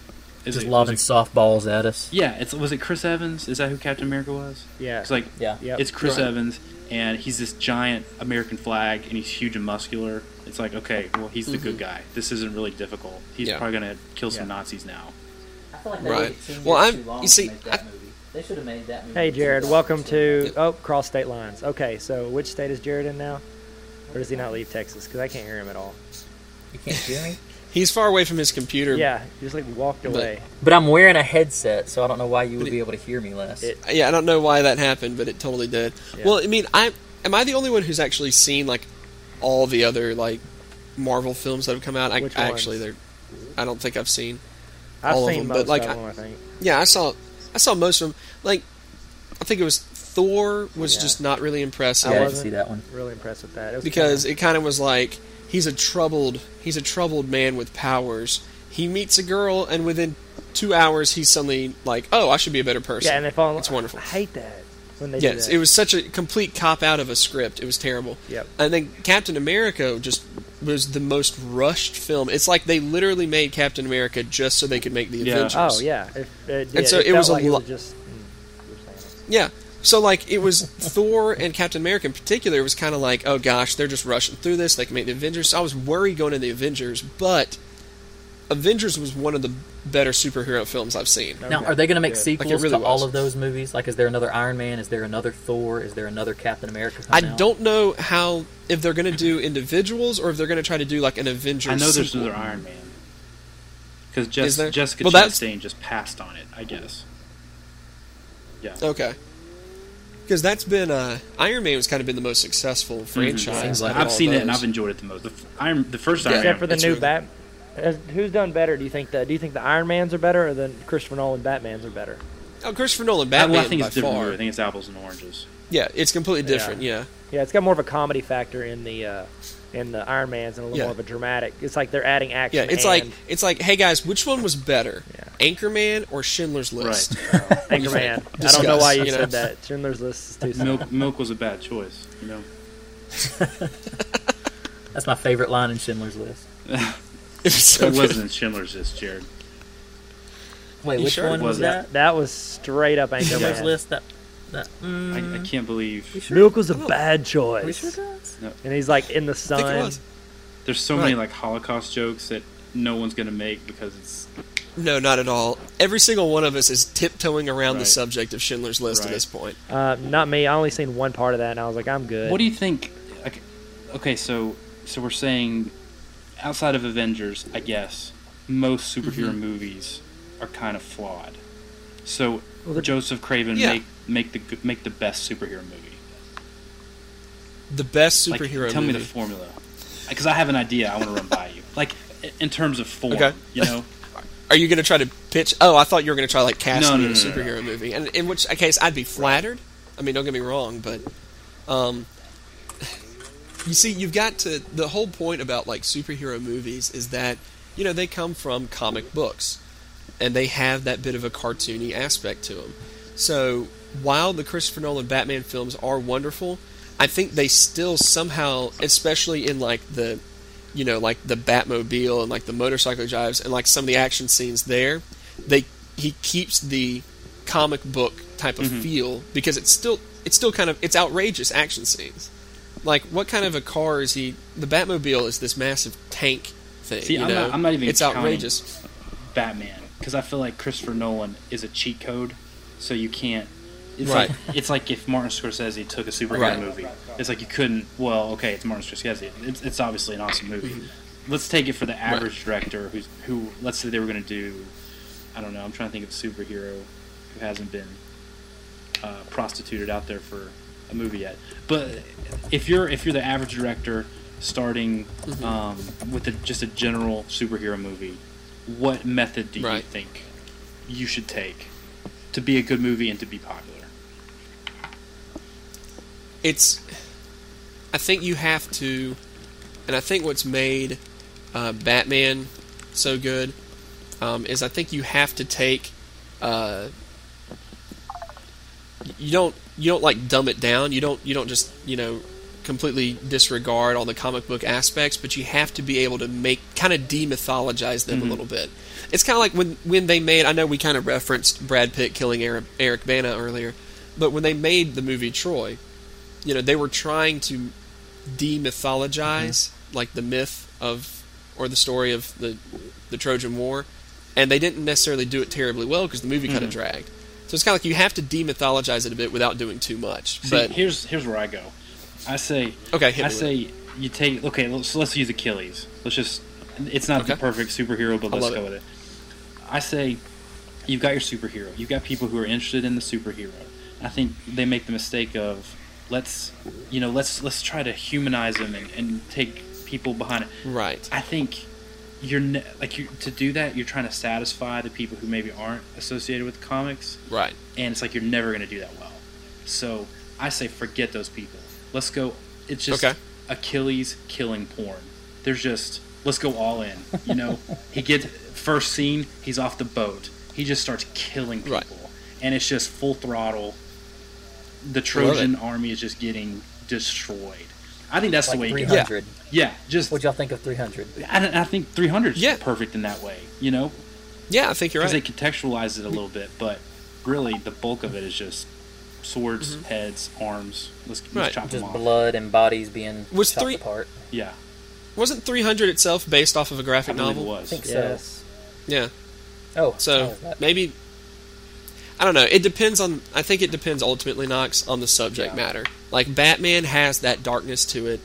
[SPEAKER 3] is
[SPEAKER 2] Just
[SPEAKER 3] it-
[SPEAKER 2] lobbing
[SPEAKER 3] was it-
[SPEAKER 2] softballs at us.
[SPEAKER 3] yeah, it's was it Chris Evans? Is that who Captain America was?
[SPEAKER 1] Yeah.
[SPEAKER 3] It's like
[SPEAKER 2] Yeah.
[SPEAKER 1] Yep.
[SPEAKER 3] it's Chris
[SPEAKER 5] Right.
[SPEAKER 3] Evans, and he's this giant American flag, and he's huge and muscular. It's like, okay, well, he's the good guy. This isn't really difficult. He's
[SPEAKER 5] Mm-hmm. Yeah.
[SPEAKER 3] probably gonna kill some
[SPEAKER 1] Yeah.
[SPEAKER 3] Nazis now.
[SPEAKER 2] I feel like
[SPEAKER 5] they Right. waited two Well, years I'm- too long you to see, make that I-
[SPEAKER 2] movie. They should have made that movie.
[SPEAKER 1] Hey, Jared, welcome to oh cross state lines. Okay, so which state is Jared in now, or does he not leave Texas? Because I can't hear him at all.
[SPEAKER 2] You can't hear me.
[SPEAKER 5] He's far away from his computer.
[SPEAKER 1] Yeah, he just like walked away.
[SPEAKER 2] But I'm wearing a headset, so I don't know why you would
[SPEAKER 5] it-
[SPEAKER 2] be able to hear me less.
[SPEAKER 1] it-
[SPEAKER 5] Yeah, I don't know why that happened, but it totally did.
[SPEAKER 1] Yeah.
[SPEAKER 5] Well, I mean, I am I the only one who's actually seen like all the other like Marvel films that have come out? I,
[SPEAKER 1] Which
[SPEAKER 5] I
[SPEAKER 1] ones?
[SPEAKER 5] actually, they're I don't think I've seen.
[SPEAKER 1] I've
[SPEAKER 5] all of
[SPEAKER 1] seen
[SPEAKER 5] them, but,
[SPEAKER 1] most
[SPEAKER 5] like,
[SPEAKER 1] of
[SPEAKER 5] I-
[SPEAKER 1] them, I think.
[SPEAKER 5] Yeah, I saw I saw most of them. Like, I think it was Thor was
[SPEAKER 1] Yeah.
[SPEAKER 5] just not really impressive
[SPEAKER 2] yeah, I didn't
[SPEAKER 1] wasn't-
[SPEAKER 2] see that one.
[SPEAKER 1] Really impressed with that. It was
[SPEAKER 5] because it kind of was like he's a troubled he's a troubled man with powers. He meets a girl, and within two hours, he's suddenly like, "Oh, I should be a better person."
[SPEAKER 1] yeah, and they fall. in-
[SPEAKER 5] It's wonderful.
[SPEAKER 1] I hate that when they
[SPEAKER 5] Yes,
[SPEAKER 1] do that.
[SPEAKER 5] it was such a complete cop out of a script. It was terrible.
[SPEAKER 1] Yep.
[SPEAKER 5] And then Captain America just was the most rushed film. It's like they literally made Captain America just so they could make the
[SPEAKER 3] Yeah.
[SPEAKER 5] Avengers.
[SPEAKER 1] Oh yeah, it, it did.
[SPEAKER 5] so
[SPEAKER 1] it,
[SPEAKER 5] it
[SPEAKER 1] felt
[SPEAKER 5] was a
[SPEAKER 1] like it
[SPEAKER 5] lo-
[SPEAKER 1] was just. mm, you were saying
[SPEAKER 5] Yeah. So like it was Thor and Captain America in particular was kind of like, oh gosh, they're just rushing through this. They can make the Avengers. So I was worried going to the Avengers, but Avengers was one of the better superhero films I've seen.
[SPEAKER 1] it.
[SPEAKER 2] Now,
[SPEAKER 1] Okay,
[SPEAKER 2] are they going to make
[SPEAKER 1] good.
[SPEAKER 2] sequels
[SPEAKER 5] Like, it really
[SPEAKER 2] to all
[SPEAKER 5] was.
[SPEAKER 2] of those movies? Like, is there another Iron Man? Is there another Thor? Is there another Captain America?
[SPEAKER 5] I
[SPEAKER 2] coming out?
[SPEAKER 5] don't know how if they're going to do individuals or if they're going to try to do like an Avengers.
[SPEAKER 3] I know there's
[SPEAKER 5] sequel.
[SPEAKER 3] another Iron Man because
[SPEAKER 5] Is there?
[SPEAKER 3] Jessica
[SPEAKER 5] Well, that's-
[SPEAKER 3] Chastain just passed on it. I guess. Yeah.
[SPEAKER 5] Okay. Because that's been uh, Iron Man was kind of been the most successful franchise.
[SPEAKER 2] Seems like
[SPEAKER 5] out
[SPEAKER 3] Mm-hmm. I've
[SPEAKER 5] of all
[SPEAKER 3] seen it and
[SPEAKER 5] those.
[SPEAKER 3] I've enjoyed it the most. The, f- Iron, the first Iron Man.
[SPEAKER 1] Except for the
[SPEAKER 5] it's
[SPEAKER 1] new
[SPEAKER 5] really-
[SPEAKER 1] Bat. has- Who's done bebetter? Do you think the Do you think the Iron Man's are better, or the Christopher Nolan Batman's are better?
[SPEAKER 5] Oh, Christopher Nolan
[SPEAKER 3] I-
[SPEAKER 5] Batman
[SPEAKER 3] well, I think
[SPEAKER 5] by
[SPEAKER 3] it's different.
[SPEAKER 5] far.
[SPEAKER 3] movie. I think it's apples and oranges.
[SPEAKER 5] Yeah, it's completely
[SPEAKER 1] Yeah.
[SPEAKER 5] different. Yeah.
[SPEAKER 1] Yeah, it's got more of a comedy factor in the uh, in the Iron Man's and a little
[SPEAKER 5] Yeah.
[SPEAKER 1] more of a dramatic. It's like they're adding action.
[SPEAKER 5] yeah, It's
[SPEAKER 1] and
[SPEAKER 5] like it's like, hey guys, which one was better, Anchorman or Schindler's List?
[SPEAKER 1] Anchorman. I
[SPEAKER 5] Discuss,
[SPEAKER 1] don't know why you
[SPEAKER 5] you know.
[SPEAKER 1] said that. Schindler's List is too
[SPEAKER 3] Right.
[SPEAKER 1] simple.
[SPEAKER 3] Milk, milk was a bad choice. You know.
[SPEAKER 2] That's my favorite line in Schindler's List.
[SPEAKER 5] It was so
[SPEAKER 3] It
[SPEAKER 5] good.
[SPEAKER 3] wasn't in Schindler's List, Jared.
[SPEAKER 2] Wait,
[SPEAKER 5] You
[SPEAKER 2] which
[SPEAKER 5] sure
[SPEAKER 2] one
[SPEAKER 3] was
[SPEAKER 2] was that?
[SPEAKER 1] That, that was straight up
[SPEAKER 2] Schindler's
[SPEAKER 1] Anchorman.
[SPEAKER 2] List. That. that mm,
[SPEAKER 3] I, I can't
[SPEAKER 2] we
[SPEAKER 3] believe
[SPEAKER 2] sure?
[SPEAKER 1] Milk
[SPEAKER 5] Oh,
[SPEAKER 1] was a bad
[SPEAKER 2] we
[SPEAKER 1] choice.
[SPEAKER 2] sure does?
[SPEAKER 1] and he's like in the
[SPEAKER 5] I think it
[SPEAKER 1] sun.
[SPEAKER 5] was.
[SPEAKER 3] there's so many
[SPEAKER 5] Right.
[SPEAKER 3] like Holocaust jokes that no one's gonna make because it's
[SPEAKER 5] No, not at all. Every single one of us is tiptoeing around the
[SPEAKER 3] Right.
[SPEAKER 5] subject of Schindler's List at
[SPEAKER 3] Right.
[SPEAKER 5] this point.
[SPEAKER 1] Uh, not me. I only seen one part of that, and I was like, I'm good.
[SPEAKER 3] What do you think? Okay, okay, so so we're saying, outside of Avengers, I guess most superhero movies are kind of flawed. So
[SPEAKER 1] Well, the-
[SPEAKER 3] Joseph Craven
[SPEAKER 5] Yeah.
[SPEAKER 3] make make the g- make the best superhero movie.
[SPEAKER 5] The best
[SPEAKER 3] Like,
[SPEAKER 5] superhero
[SPEAKER 3] tell me
[SPEAKER 5] movie.
[SPEAKER 3] the formula, because I have an idea. I want to run by you. Like i- in terms of form,
[SPEAKER 5] Okay.
[SPEAKER 3] you know.
[SPEAKER 5] Are you going to try to pitch? Oh, I thought you were going to try like cast
[SPEAKER 3] No,
[SPEAKER 5] me
[SPEAKER 3] no,
[SPEAKER 5] in a
[SPEAKER 3] no, no,
[SPEAKER 5] superhero movie, and in which case I'd be flattered. I mean, don't get me wrong, but um, you see, you've got to the whole point about like superhero movies is that you know they come from comic books, and they have that bit of a cartoony aspect to them. So while the Christopher Nolan Batman films are wonderful, I think they still somehow, especially in like the you know, like the Batmobile and like the motorcycle drives and like some of the action scenes there, they he keeps the comic book type of
[SPEAKER 3] Mm-hmm.
[SPEAKER 5] feel because it's still it's still kind of it's outrageous action scenes. Like what kind of a car is he? The Batmobile is this massive tank thing.
[SPEAKER 3] See,
[SPEAKER 5] you
[SPEAKER 3] I'm
[SPEAKER 5] know?
[SPEAKER 3] not- I'm not even
[SPEAKER 5] It's
[SPEAKER 3] counting-
[SPEAKER 5] outrageous.
[SPEAKER 3] Batman because I feel like Christopher Nolan is a cheat code, so you can't. It's
[SPEAKER 5] Right.
[SPEAKER 3] like it's like if Martin Scorsese took a superhero
[SPEAKER 5] Right.
[SPEAKER 3] movie. It's like you couldn't. Well, okay, it's Martin Scorsese. It's, it's obviously an awesome movie.
[SPEAKER 5] Mm-hmm.
[SPEAKER 3] Let's take it for the average director who's who. Let's say they were going to do. I don't know. I'm trying to think of a superhero who hasn't been uh, prostituted out there for a movie yet. But if you're if you're the average director starting
[SPEAKER 5] Mm-hmm.
[SPEAKER 3] um, with a, just a general superhero movie, what method do you
[SPEAKER 5] Right.
[SPEAKER 3] think you should take to be a good movie and to be popular?
[SPEAKER 5] It's I think you have to, and I think what's made uh, Batman so good um, is I think you have to take. Uh, you don't you don't like dumb it down. You don't you don't just you know completely disregard all the comic book aspects, but you have to be able to make kind of demythologize them a little bit. It's kind of like when when they made. I know we kind of referenced Brad Pitt killing Eric, Eric Bana earlier, but when they made the movie Troy, you know they were trying to demythologize
[SPEAKER 3] Mm-hmm.
[SPEAKER 5] like the myth of or the story of the the Trojan War, and they didn't necessarily do it terribly well because the movie
[SPEAKER 3] Mm-hmm.
[SPEAKER 5] kind of dragged. So it's kind of like you have to demythologize it a bit without doing too much.
[SPEAKER 3] See,
[SPEAKER 5] but
[SPEAKER 3] here's here's where I go. I say
[SPEAKER 5] Okay, hit me
[SPEAKER 3] I
[SPEAKER 5] with
[SPEAKER 3] say you take okay. let's- So let's use Achilles. Let's just. It's not the
[SPEAKER 5] Okay.
[SPEAKER 3] perfect superhero, but
[SPEAKER 5] I
[SPEAKER 3] let's
[SPEAKER 5] love
[SPEAKER 3] go
[SPEAKER 5] it.
[SPEAKER 3] with it. I say you've got your superhero. You've got people who are interested in the superhero. I think they make the mistake of let's you know let's let's try to humanize them and, and take people behind it.
[SPEAKER 5] right.
[SPEAKER 3] I think you're ne- like you to do that. You're trying to satisfy the people who maybe aren't associated with comics
[SPEAKER 5] Right.
[SPEAKER 3] and it's like you're never going to do that well. So I say forget those people. Let's go. It's just
[SPEAKER 5] Okay.
[SPEAKER 3] Achilles killing porn. There's just let's go all in. You know, he gets first scene. He's off the boat. He just starts killing people,
[SPEAKER 5] Right.
[SPEAKER 3] and it's just full throttle. The Trojan army is just getting destroyed. I think that's
[SPEAKER 2] Like
[SPEAKER 3] the way. You go.
[SPEAKER 2] 300.
[SPEAKER 3] Yeah, just
[SPEAKER 2] What'd y'all think of 300?
[SPEAKER 3] I, I think 300 is
[SPEAKER 5] Yeah.
[SPEAKER 3] perfect in that way. You know,
[SPEAKER 5] Yeah, I think you're
[SPEAKER 3] because
[SPEAKER 5] right.
[SPEAKER 3] they contextualize it a little bit, but really the bulk of it is just swords, heads, arms. Let's, let's
[SPEAKER 5] Mm-hmm. Right.
[SPEAKER 3] chop them
[SPEAKER 2] Just
[SPEAKER 3] off.
[SPEAKER 2] blood and bodies being
[SPEAKER 5] Was
[SPEAKER 2] chopped
[SPEAKER 5] three-
[SPEAKER 2] apart.
[SPEAKER 3] Yeah,
[SPEAKER 5] Wasn't 300 itself based off of a
[SPEAKER 3] I
[SPEAKER 5] graphic
[SPEAKER 3] believe it
[SPEAKER 5] novel?
[SPEAKER 2] I
[SPEAKER 3] was.
[SPEAKER 2] think so.
[SPEAKER 1] Yes.
[SPEAKER 5] Yeah.
[SPEAKER 2] Oh,
[SPEAKER 5] So
[SPEAKER 2] oh, that-
[SPEAKER 5] maybe I don't know. It depends on. I think it depends ultimately, Knox, on the subject
[SPEAKER 3] Yeah.
[SPEAKER 5] matter. Like Batman has that darkness to it,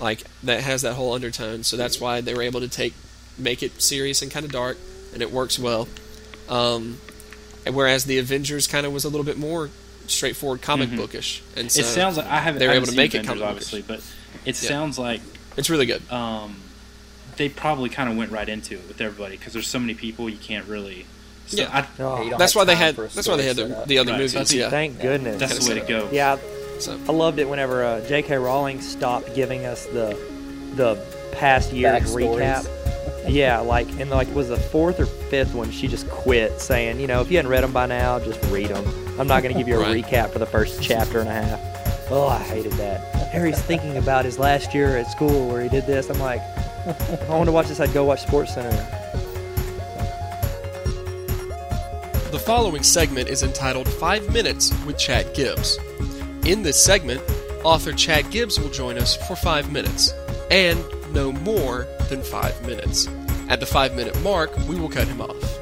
[SPEAKER 5] like that has that whole undertone. So that's
[SPEAKER 2] Mm-hmm.
[SPEAKER 5] why they were able to take, make it serious and kind of dark, and it works well. Um, and whereas the Avengers kind of was a little bit more straightforward comic
[SPEAKER 2] Mm-hmm.
[SPEAKER 5] bookish, and so
[SPEAKER 3] it sounds like I haven't.
[SPEAKER 5] they were
[SPEAKER 3] I
[SPEAKER 5] able
[SPEAKER 3] haven't
[SPEAKER 5] to make
[SPEAKER 3] seen
[SPEAKER 5] it
[SPEAKER 3] Avengers,
[SPEAKER 5] comic
[SPEAKER 3] obviously,
[SPEAKER 5] bookish.
[SPEAKER 3] but it
[SPEAKER 5] Yeah.
[SPEAKER 3] sounds like
[SPEAKER 5] It's really good.
[SPEAKER 3] um, they probably kind of went right into it with everybody because there's so many people you can't really. So
[SPEAKER 5] Yeah.
[SPEAKER 3] I,
[SPEAKER 1] Oh,
[SPEAKER 2] you don't
[SPEAKER 5] That's
[SPEAKER 2] have
[SPEAKER 5] why they
[SPEAKER 2] time
[SPEAKER 5] had.
[SPEAKER 2] for a
[SPEAKER 5] That's why they had
[SPEAKER 2] story
[SPEAKER 5] the,
[SPEAKER 2] set
[SPEAKER 5] the other
[SPEAKER 3] Right, so I
[SPEAKER 5] movies.
[SPEAKER 3] think
[SPEAKER 5] yeah.
[SPEAKER 1] Thank goodness.
[SPEAKER 3] that's the way to go.
[SPEAKER 1] yeah,
[SPEAKER 5] so
[SPEAKER 1] I loved it whenever uh, J.K. Rowling stopped giving us the the past year's
[SPEAKER 2] Backstories.
[SPEAKER 1] recap. Yeah, like and like was the fourth or fifth one she just quit saying, you know, if you hadn't read them by now, just read them. I'm not going to give you a
[SPEAKER 5] Right.
[SPEAKER 1] recap for the first chapter and a half. Oh, I hated that. Harry's thinking about his last year at school where he did this. I'm like, if I want to watch this, I'd go watch Sports Center.
[SPEAKER 5] The following segment is entitled Five Minutes with Chad Gibbs. In this segment, author Chad Gibbs will join us for five minutes, and no more than five minutes. At the five minute mark, we will cut him off.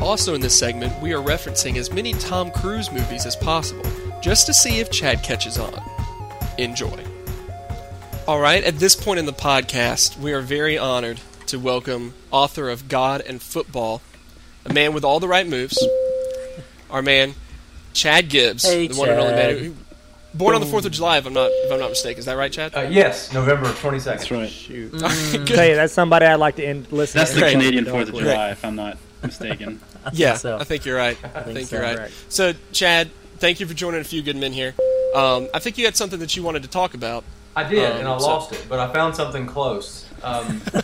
[SPEAKER 5] Also, in this segment, we are referencing as many Tom Cruise movies as possible, just to see if Chad catches on. Enjoy. All right, at this point in the podcast, we are very honored to welcome author of God and Football, a man with all the right moves, our man Chad Gibbs,
[SPEAKER 2] Hey,
[SPEAKER 5] the one and only man
[SPEAKER 2] Chad.
[SPEAKER 5] who, born on the 4th of July, if I'm not if I'm not mistaken. Is that right, Chad?
[SPEAKER 6] Uh, yes, November twenty second.
[SPEAKER 3] That's right.
[SPEAKER 2] Mm.
[SPEAKER 1] Tell you,
[SPEAKER 5] Good.
[SPEAKER 1] that's somebody I'd like to end listening.
[SPEAKER 3] That's the
[SPEAKER 5] Right.
[SPEAKER 3] Canadian Fourth of
[SPEAKER 5] Right.
[SPEAKER 3] July, if I'm not mistaken.
[SPEAKER 5] Yeah,
[SPEAKER 2] so.
[SPEAKER 5] I think you're right. I think,
[SPEAKER 2] so.
[SPEAKER 5] you're right.
[SPEAKER 2] Correct.
[SPEAKER 5] So, Chad, thank you for joining a few good men here. Um, I think you had something that you wanted to talk about.
[SPEAKER 6] I did,
[SPEAKER 5] Um,
[SPEAKER 6] and I
[SPEAKER 5] so-
[SPEAKER 6] lost it, but I found something close. Um, a,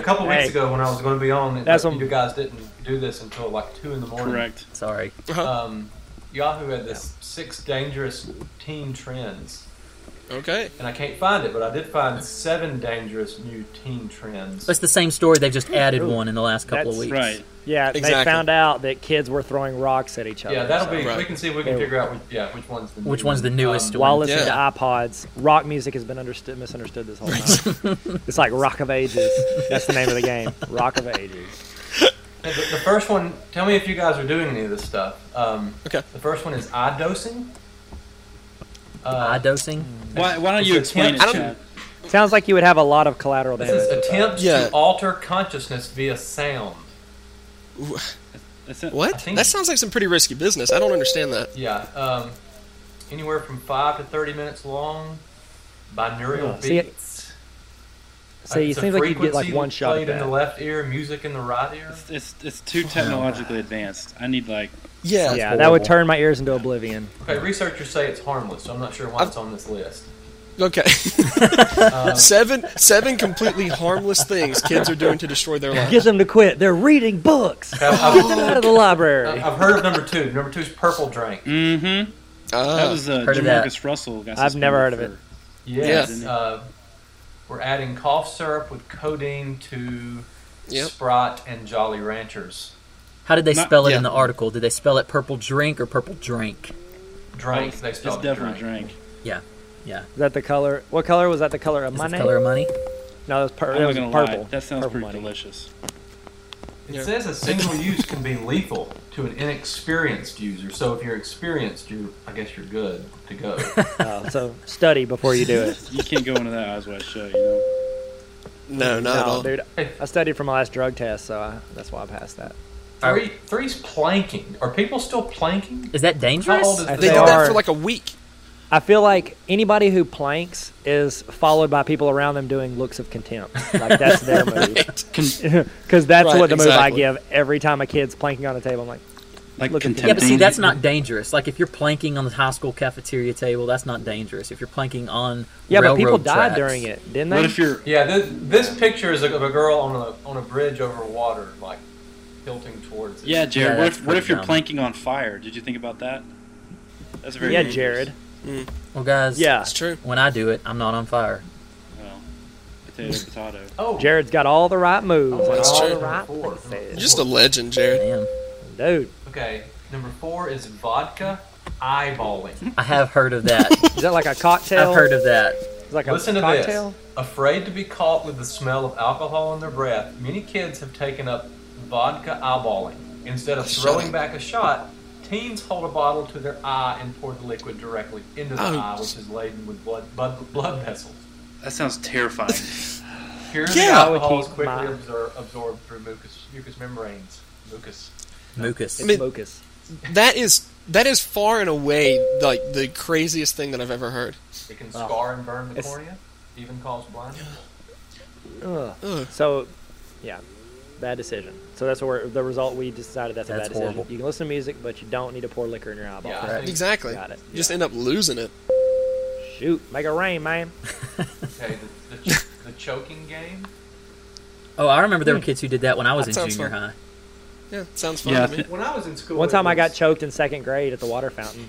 [SPEAKER 6] a couple weeks
[SPEAKER 1] Hey.
[SPEAKER 6] ago, when I was going to be on,
[SPEAKER 1] That's
[SPEAKER 6] That's
[SPEAKER 1] what-
[SPEAKER 6] you guys didn't do this until like two in the morning.
[SPEAKER 3] Correct.
[SPEAKER 2] Sorry.
[SPEAKER 5] Uh-huh.
[SPEAKER 6] Um, Yahoo had this six dangerous teen trends,
[SPEAKER 5] Okay.
[SPEAKER 6] and I can't find it, but I did find seven dangerous new teen trends.
[SPEAKER 2] That's the same story. They've just added one in the last couple
[SPEAKER 1] That's
[SPEAKER 2] of weeks.
[SPEAKER 3] Right.
[SPEAKER 1] Yeah, they
[SPEAKER 5] Exactly.
[SPEAKER 1] found out that kids were throwing rocks at each other.
[SPEAKER 6] yeah, that'll be.
[SPEAKER 5] Right.
[SPEAKER 6] We can see if we can
[SPEAKER 1] Yeah.
[SPEAKER 6] figure out which, yeah which one's the new um,
[SPEAKER 2] Which one's the
[SPEAKER 6] one.
[SPEAKER 2] newest
[SPEAKER 1] While
[SPEAKER 2] one?
[SPEAKER 1] listening
[SPEAKER 5] Yeah.
[SPEAKER 1] to iPods, rock music has been understood, misunderstood this whole time. it's like Rock of Ages. That's the name of the game. Rock of Ages.
[SPEAKER 6] Yeah, The, the first one. Tell me if you guys are doing any of this stuff. Um,
[SPEAKER 5] Okay.
[SPEAKER 6] The first one is Uh, eye dosing.
[SPEAKER 2] Eye dosing.
[SPEAKER 3] Why, why don't
[SPEAKER 6] It's
[SPEAKER 3] you
[SPEAKER 6] a
[SPEAKER 3] explain it,
[SPEAKER 6] temp-
[SPEAKER 5] I
[SPEAKER 3] Chad?
[SPEAKER 5] don't-
[SPEAKER 1] Sounds like you would have a lot of collateral
[SPEAKER 6] This
[SPEAKER 1] damage.
[SPEAKER 6] is
[SPEAKER 1] with that.
[SPEAKER 6] attempts
[SPEAKER 5] Yeah.
[SPEAKER 6] to alter consciousness via sound.
[SPEAKER 3] That's it.
[SPEAKER 5] What?
[SPEAKER 6] think-
[SPEAKER 5] That sounds like some pretty risky business. I don't understand that.
[SPEAKER 6] Yeah, um, anywhere from five to thirty minutes long. Binaural
[SPEAKER 1] See, it-
[SPEAKER 6] beats.
[SPEAKER 1] So it
[SPEAKER 6] It's a
[SPEAKER 1] seems like you'd get like
[SPEAKER 6] frequency
[SPEAKER 1] one shot at
[SPEAKER 6] Played in the
[SPEAKER 1] that.
[SPEAKER 6] left ear, music in the right ear.
[SPEAKER 3] It's, it's too technologically advanced. I need like
[SPEAKER 5] Yeah.
[SPEAKER 1] Yeah, that would turn my ears into oblivion.
[SPEAKER 6] Okay, researchers say it's harmless, so I'm not sure why
[SPEAKER 5] I've-
[SPEAKER 6] it's on this list.
[SPEAKER 5] Okay. seven seven completely harmless things kids are doing to destroy their lives.
[SPEAKER 1] Get them to quit. They're reading books.
[SPEAKER 6] I've, uh,
[SPEAKER 1] Get them out of the library.
[SPEAKER 6] I've- I've heard of number two. Number two's purple drink.
[SPEAKER 3] Mm-hmm. that
[SPEAKER 5] Ah,
[SPEAKER 3] was uh,
[SPEAKER 2] heard of that.
[SPEAKER 3] Jamarcus Russell. Got
[SPEAKER 1] I've never heard of
[SPEAKER 3] suspended
[SPEAKER 1] it.
[SPEAKER 6] Yes.
[SPEAKER 3] Yeah.
[SPEAKER 6] Uh, we're adding cough syrup with codeine to
[SPEAKER 5] Yep.
[SPEAKER 6] Sprite and Jolly Ranchers.
[SPEAKER 2] How did they
[SPEAKER 3] Not-
[SPEAKER 2] spell it in the
[SPEAKER 5] yeah.
[SPEAKER 2] article? Did they spell it purple drink or purple drink?
[SPEAKER 6] Drink.
[SPEAKER 3] for-
[SPEAKER 6] they
[SPEAKER 3] It's
[SPEAKER 6] spelled it
[SPEAKER 3] definitely
[SPEAKER 6] drink.
[SPEAKER 3] drank.
[SPEAKER 2] Yeah, yeah.
[SPEAKER 1] Is that the color? What color was that? The color of
[SPEAKER 2] Is it
[SPEAKER 1] money?
[SPEAKER 2] the color of money?
[SPEAKER 1] No, that was, pur-
[SPEAKER 3] I'm
[SPEAKER 1] that
[SPEAKER 3] not
[SPEAKER 1] was
[SPEAKER 3] gonna
[SPEAKER 1] purple.
[SPEAKER 3] lie. That sounds
[SPEAKER 1] purple
[SPEAKER 3] pretty
[SPEAKER 1] money.
[SPEAKER 3] delicious.
[SPEAKER 6] It
[SPEAKER 5] Yeah.
[SPEAKER 6] says a single use can be lethal to an inexperienced user. So if you're experienced, you I guess you're good to go.
[SPEAKER 1] Oh, so study before you do it.
[SPEAKER 3] You can't go into that eyes wide shut. You know.
[SPEAKER 5] no, not at
[SPEAKER 1] no,
[SPEAKER 5] all.
[SPEAKER 1] dude. I studied for my last drug test, so I, that's why I passed that.
[SPEAKER 6] Three, three's planking. Are people still planking?
[SPEAKER 2] Is that dangerous?
[SPEAKER 6] How old is
[SPEAKER 1] I
[SPEAKER 5] They
[SPEAKER 1] They
[SPEAKER 5] did that
[SPEAKER 1] are-
[SPEAKER 5] for like a week.
[SPEAKER 1] I feel like anybody who planks is followed by people around them doing looks of contempt. Like that's their move. Because that's
[SPEAKER 5] Right,
[SPEAKER 1] what the
[SPEAKER 5] exactly.
[SPEAKER 1] move I give every time a kid's planking on a table. I'm like,
[SPEAKER 3] Like
[SPEAKER 1] Look at that.
[SPEAKER 2] yeah, but see,
[SPEAKER 3] contempting-
[SPEAKER 2] that's not dangerous. Like if you're planking on the high school cafeteria table, that's not dangerous. If you're planking on
[SPEAKER 1] yeah, but
[SPEAKER 2] railroad
[SPEAKER 1] people died
[SPEAKER 2] tracks-
[SPEAKER 1] during it, didn't they?
[SPEAKER 3] What if you're?
[SPEAKER 6] Yeah, this, this picture is of a girl on a on a bridge over water, like tilting towards it.
[SPEAKER 3] Yeah, Jared. what
[SPEAKER 2] that's
[SPEAKER 3] if what if
[SPEAKER 2] pretty
[SPEAKER 3] you're
[SPEAKER 2] dumb.
[SPEAKER 3] planking on fire? Did you think about that? That's very.
[SPEAKER 1] yeah,
[SPEAKER 3] dangerous.
[SPEAKER 1] Jared.
[SPEAKER 2] Well, guys,
[SPEAKER 1] Yeah,
[SPEAKER 5] It's true.
[SPEAKER 2] When I do it, I'm not on fire.
[SPEAKER 3] Well, potato, potato.
[SPEAKER 6] Oh,
[SPEAKER 1] Jared's got all the right moves. and
[SPEAKER 5] that's
[SPEAKER 1] all
[SPEAKER 5] true.
[SPEAKER 1] the right
[SPEAKER 6] Four.
[SPEAKER 1] places.
[SPEAKER 5] You're just a legend, Jared.
[SPEAKER 2] Damn,
[SPEAKER 1] Dude,
[SPEAKER 6] Okay, number four is vodka eyeballing.
[SPEAKER 2] I have heard of that.
[SPEAKER 1] is that like a cocktail?
[SPEAKER 2] I've heard of that.
[SPEAKER 1] It's like a
[SPEAKER 6] Listen to
[SPEAKER 1] cocktail?
[SPEAKER 6] this. Afraid to be caught with the smell of alcohol in their breath, many kids have taken up vodka eyeballing. Instead of
[SPEAKER 5] Shut
[SPEAKER 6] throwing
[SPEAKER 5] up.
[SPEAKER 6] back a shot, teens hold a bottle to their eye and pour the liquid directly into the
[SPEAKER 5] Oh.
[SPEAKER 6] eye, which is laden with blood blood, blood vessels.
[SPEAKER 3] That sounds terrifying.
[SPEAKER 6] Here,
[SPEAKER 5] Yeah.
[SPEAKER 6] the
[SPEAKER 1] I
[SPEAKER 6] alcohol
[SPEAKER 1] would
[SPEAKER 6] is
[SPEAKER 1] keep
[SPEAKER 6] quickly
[SPEAKER 1] mine.
[SPEAKER 6] absor- absorbed through mucous, mucous membranes. Mucous.
[SPEAKER 2] Mucus.
[SPEAKER 5] I mean-
[SPEAKER 1] Focus.
[SPEAKER 5] That is that is far and away like the craziest thing that I've ever heard.
[SPEAKER 6] It can scar and burn the
[SPEAKER 1] It's-
[SPEAKER 6] cornea, even cause blindness.
[SPEAKER 1] Ugh.
[SPEAKER 5] Ugh.
[SPEAKER 1] So, yeah, bad decision. So that's where the result we decided that's a
[SPEAKER 2] That's
[SPEAKER 1] bad decision.
[SPEAKER 2] horrible.
[SPEAKER 1] You can listen to music, but you don't need to pour liquor in your eyeball.
[SPEAKER 6] Yeah, I think-
[SPEAKER 5] Exactly.
[SPEAKER 1] Got it.
[SPEAKER 5] You just end up losing it.
[SPEAKER 1] Shoot, make it rain, man.
[SPEAKER 6] Okay, the, the, ch- the choking game.
[SPEAKER 2] Oh, I remember
[SPEAKER 1] Hmm.
[SPEAKER 2] there were kids who did that when I was
[SPEAKER 5] That
[SPEAKER 2] in
[SPEAKER 5] sounds
[SPEAKER 2] junior
[SPEAKER 5] fun.
[SPEAKER 2] high.
[SPEAKER 5] Yeah, sounds fun
[SPEAKER 3] Yeah, I
[SPEAKER 5] to me.
[SPEAKER 3] think-
[SPEAKER 6] When I was in school,
[SPEAKER 1] One
[SPEAKER 6] it
[SPEAKER 1] time I got
[SPEAKER 6] was-
[SPEAKER 1] choked in second grade at the water fountain.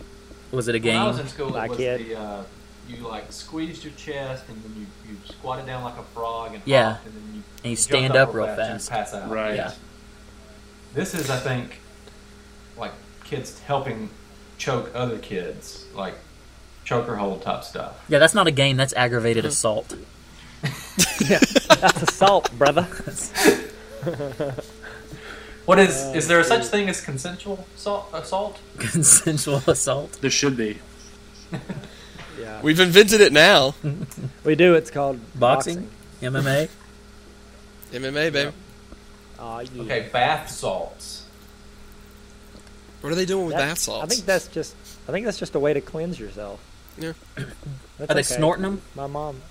[SPEAKER 2] Was it a
[SPEAKER 6] When I
[SPEAKER 2] game?
[SPEAKER 6] was in school,
[SPEAKER 1] Like
[SPEAKER 6] it was
[SPEAKER 1] it.
[SPEAKER 6] the uh, you like squeezed your chest and then you, you squatted down like a frog and
[SPEAKER 2] Yeah.
[SPEAKER 6] hopped, and then you
[SPEAKER 2] And you
[SPEAKER 6] jumped
[SPEAKER 2] stand up real fast.
[SPEAKER 6] and pass out.
[SPEAKER 3] right.
[SPEAKER 2] Yeah.
[SPEAKER 6] This is, I think, like kids helping choke other kids, like choker hold type stuff.
[SPEAKER 2] Yeah, that's not a game. That's aggravated assault.
[SPEAKER 1] That's assault, brother.
[SPEAKER 6] What is
[SPEAKER 1] Oh,
[SPEAKER 6] is there such thing as consensual uh, assault? assault?
[SPEAKER 2] Consensual assault.
[SPEAKER 3] There should be.
[SPEAKER 1] Yeah,
[SPEAKER 5] We've invented it now.
[SPEAKER 1] we do. It's called
[SPEAKER 2] Boxing? MMA?
[SPEAKER 5] MMA, baby.
[SPEAKER 1] Aw, yeah.
[SPEAKER 6] Okay, bath salts.
[SPEAKER 5] What are they doing with
[SPEAKER 1] That-
[SPEAKER 5] bath salts?
[SPEAKER 1] I think that's just. I think that's just a way to cleanse yourself.
[SPEAKER 5] Yeah.
[SPEAKER 1] That's
[SPEAKER 2] Are they
[SPEAKER 1] okay.
[SPEAKER 2] snorting them?
[SPEAKER 1] My mom.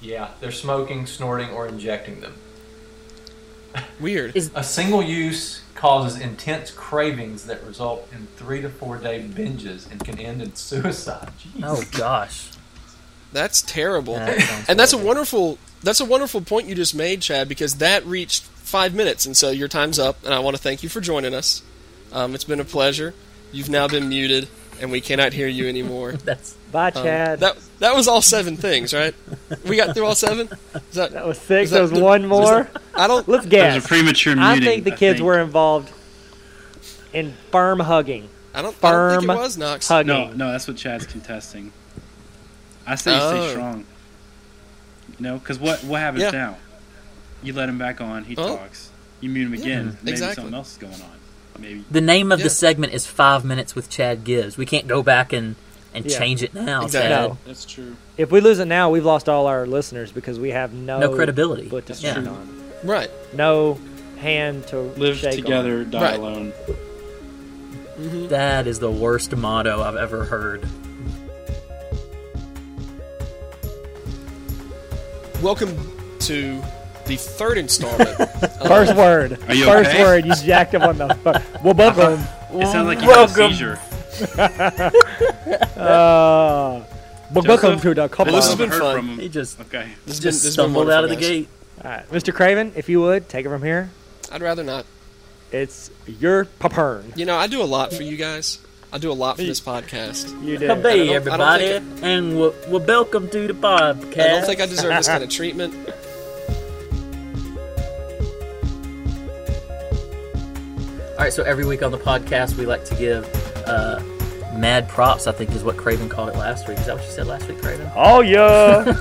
[SPEAKER 6] Yeah, they're smoking, snorting, or injecting them.
[SPEAKER 5] Weird.
[SPEAKER 2] Is-
[SPEAKER 6] A single use causes intense cravings that result in three to four day binges and can end in suicide. Jeez.
[SPEAKER 2] Oh gosh.
[SPEAKER 5] That's terrible.
[SPEAKER 2] That sounds
[SPEAKER 5] and that's a
[SPEAKER 2] horrible.
[SPEAKER 5] wonderful that's a wonderful point you just made, Chad, because that reached five minutes, and so your time's up. And I want to thank you for joining us. Um, it's been a pleasure. You've now been muted, and we cannot hear you anymore.
[SPEAKER 2] That's
[SPEAKER 1] Bye,
[SPEAKER 5] Um,
[SPEAKER 1] Chad.
[SPEAKER 5] that that was all seven things, right? We got through all seven. Is that,
[SPEAKER 1] That was six.
[SPEAKER 5] is
[SPEAKER 1] There was
[SPEAKER 5] the-
[SPEAKER 1] one more.
[SPEAKER 5] I don't.
[SPEAKER 1] Let's
[SPEAKER 3] There's
[SPEAKER 1] guess.
[SPEAKER 3] a premature
[SPEAKER 1] I
[SPEAKER 3] muting,
[SPEAKER 1] think the kids were involved in firm hugging.
[SPEAKER 5] I don't, I don't think
[SPEAKER 1] Firm
[SPEAKER 5] it was Knox.
[SPEAKER 1] Hugging.
[SPEAKER 3] No, no, that's what Chad's contesting. I say you
[SPEAKER 5] Oh.
[SPEAKER 3] stay strong. You know, because what what happens
[SPEAKER 5] Yeah.
[SPEAKER 3] now? You let him back on. He
[SPEAKER 5] Oh.
[SPEAKER 3] talks. You mute him again. Maybe
[SPEAKER 5] exactly.
[SPEAKER 3] something else is going on. Maybe.
[SPEAKER 2] the name of
[SPEAKER 5] Yeah.
[SPEAKER 2] the segment is Five Minutes with Chad Gibbs. We can't go back and, and
[SPEAKER 1] Yeah.
[SPEAKER 2] change it now,
[SPEAKER 5] Exactly.
[SPEAKER 2] Chad.
[SPEAKER 1] No.
[SPEAKER 3] That's true.
[SPEAKER 1] If we lose it now, we've lost all our listeners because we have no,
[SPEAKER 2] No credibility.
[SPEAKER 1] Foot to
[SPEAKER 2] That's
[SPEAKER 1] stand
[SPEAKER 2] true.
[SPEAKER 1] on.
[SPEAKER 5] Right.
[SPEAKER 1] No hand to
[SPEAKER 3] Live
[SPEAKER 1] shake on.
[SPEAKER 3] together, die
[SPEAKER 5] Right.
[SPEAKER 3] alone.
[SPEAKER 2] That is the worst motto I've ever heard.
[SPEAKER 5] Welcome to the third installment.
[SPEAKER 1] First word.
[SPEAKER 3] Are you
[SPEAKER 1] First
[SPEAKER 3] okay?
[SPEAKER 1] word. You jacked up on the. Well, both of them.
[SPEAKER 3] It sounds like you had a
[SPEAKER 2] Welcome.
[SPEAKER 3] seizure.
[SPEAKER 1] Uh, Welcome to the couple.
[SPEAKER 5] Well, this has been
[SPEAKER 3] Heard
[SPEAKER 5] fun.
[SPEAKER 3] from him.
[SPEAKER 2] He just
[SPEAKER 3] Okay.
[SPEAKER 5] This has
[SPEAKER 2] just
[SPEAKER 5] been- this has been
[SPEAKER 2] stumbled
[SPEAKER 5] wonderful,
[SPEAKER 2] out of the
[SPEAKER 5] guys.
[SPEAKER 2] gate.
[SPEAKER 1] All right, Mr. Craven, if you would take it from here,
[SPEAKER 5] I'd rather not.
[SPEAKER 1] it's your papern.
[SPEAKER 5] You know, I do a lot for you guys. I do a lot for this podcast.
[SPEAKER 1] You
[SPEAKER 2] Hey,
[SPEAKER 1] did.
[SPEAKER 5] I
[SPEAKER 2] Hey
[SPEAKER 5] don't- I don't
[SPEAKER 2] everybody,
[SPEAKER 5] think
[SPEAKER 2] and we we welcome to the podcast.
[SPEAKER 5] I don't think I deserve this kind of treatment.
[SPEAKER 2] All right, so every week on the podcast, we like to give uh, mad props. I think is what Craven called it last week. Is that what you said last week, Craven?
[SPEAKER 1] Oh yeah.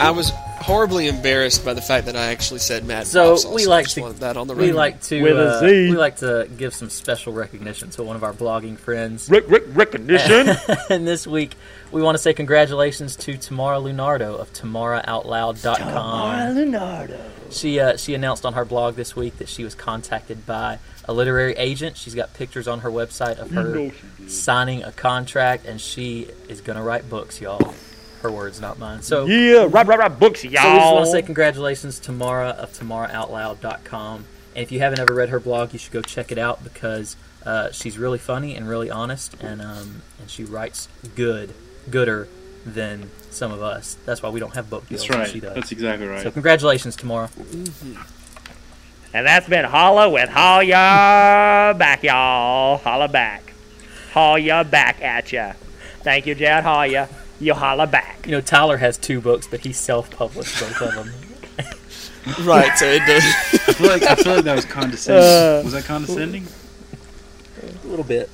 [SPEAKER 5] I was horribly embarrassed by the fact that I actually said Matt.
[SPEAKER 2] So,
[SPEAKER 5] Props also.
[SPEAKER 2] we like
[SPEAKER 5] Just
[SPEAKER 2] to-
[SPEAKER 5] wanted that on the
[SPEAKER 2] We
[SPEAKER 5] record.
[SPEAKER 2] like to
[SPEAKER 1] With a
[SPEAKER 2] uh,
[SPEAKER 1] Z.
[SPEAKER 2] we like to give some special recognition to one of our blogging friends.
[SPEAKER 1] Rick, Rick, recognition.
[SPEAKER 2] and this week, we want to say congratulations to Tamara Lunardo of TamaraOutloud.com.
[SPEAKER 1] Leonardo.
[SPEAKER 2] She uh, she announced on her blog this week that she was contacted by a literary agent. She's got pictures on her website of her signing a contract, and she is gonna write books, y'all. Her words, not mine. So.
[SPEAKER 1] Yeah, right, right, right. Books, y'all.
[SPEAKER 2] So we just want to say congratulations to Mara of TamaraOutloud.com. And if you haven't ever read her blog, you should go check it out because uh, she's really funny and really honest, and um, and she writes good, gooder than some of us. That's why we don't have book deals.
[SPEAKER 3] That's
[SPEAKER 2] and
[SPEAKER 3] right.
[SPEAKER 2] She does.
[SPEAKER 3] That's exactly right.
[SPEAKER 2] So congratulations, Tamara.
[SPEAKER 1] And that's been Holla with Holla back, y'all. Holla back. Holla back at ya. Thank you, Jad Holla. You holla back.
[SPEAKER 2] You know Tyler has two books, but he self-published both of them.
[SPEAKER 5] right. So it does.
[SPEAKER 3] I, feel like, I feel like that was condescending.
[SPEAKER 1] Uh,
[SPEAKER 3] was that condescending?
[SPEAKER 2] A little bit,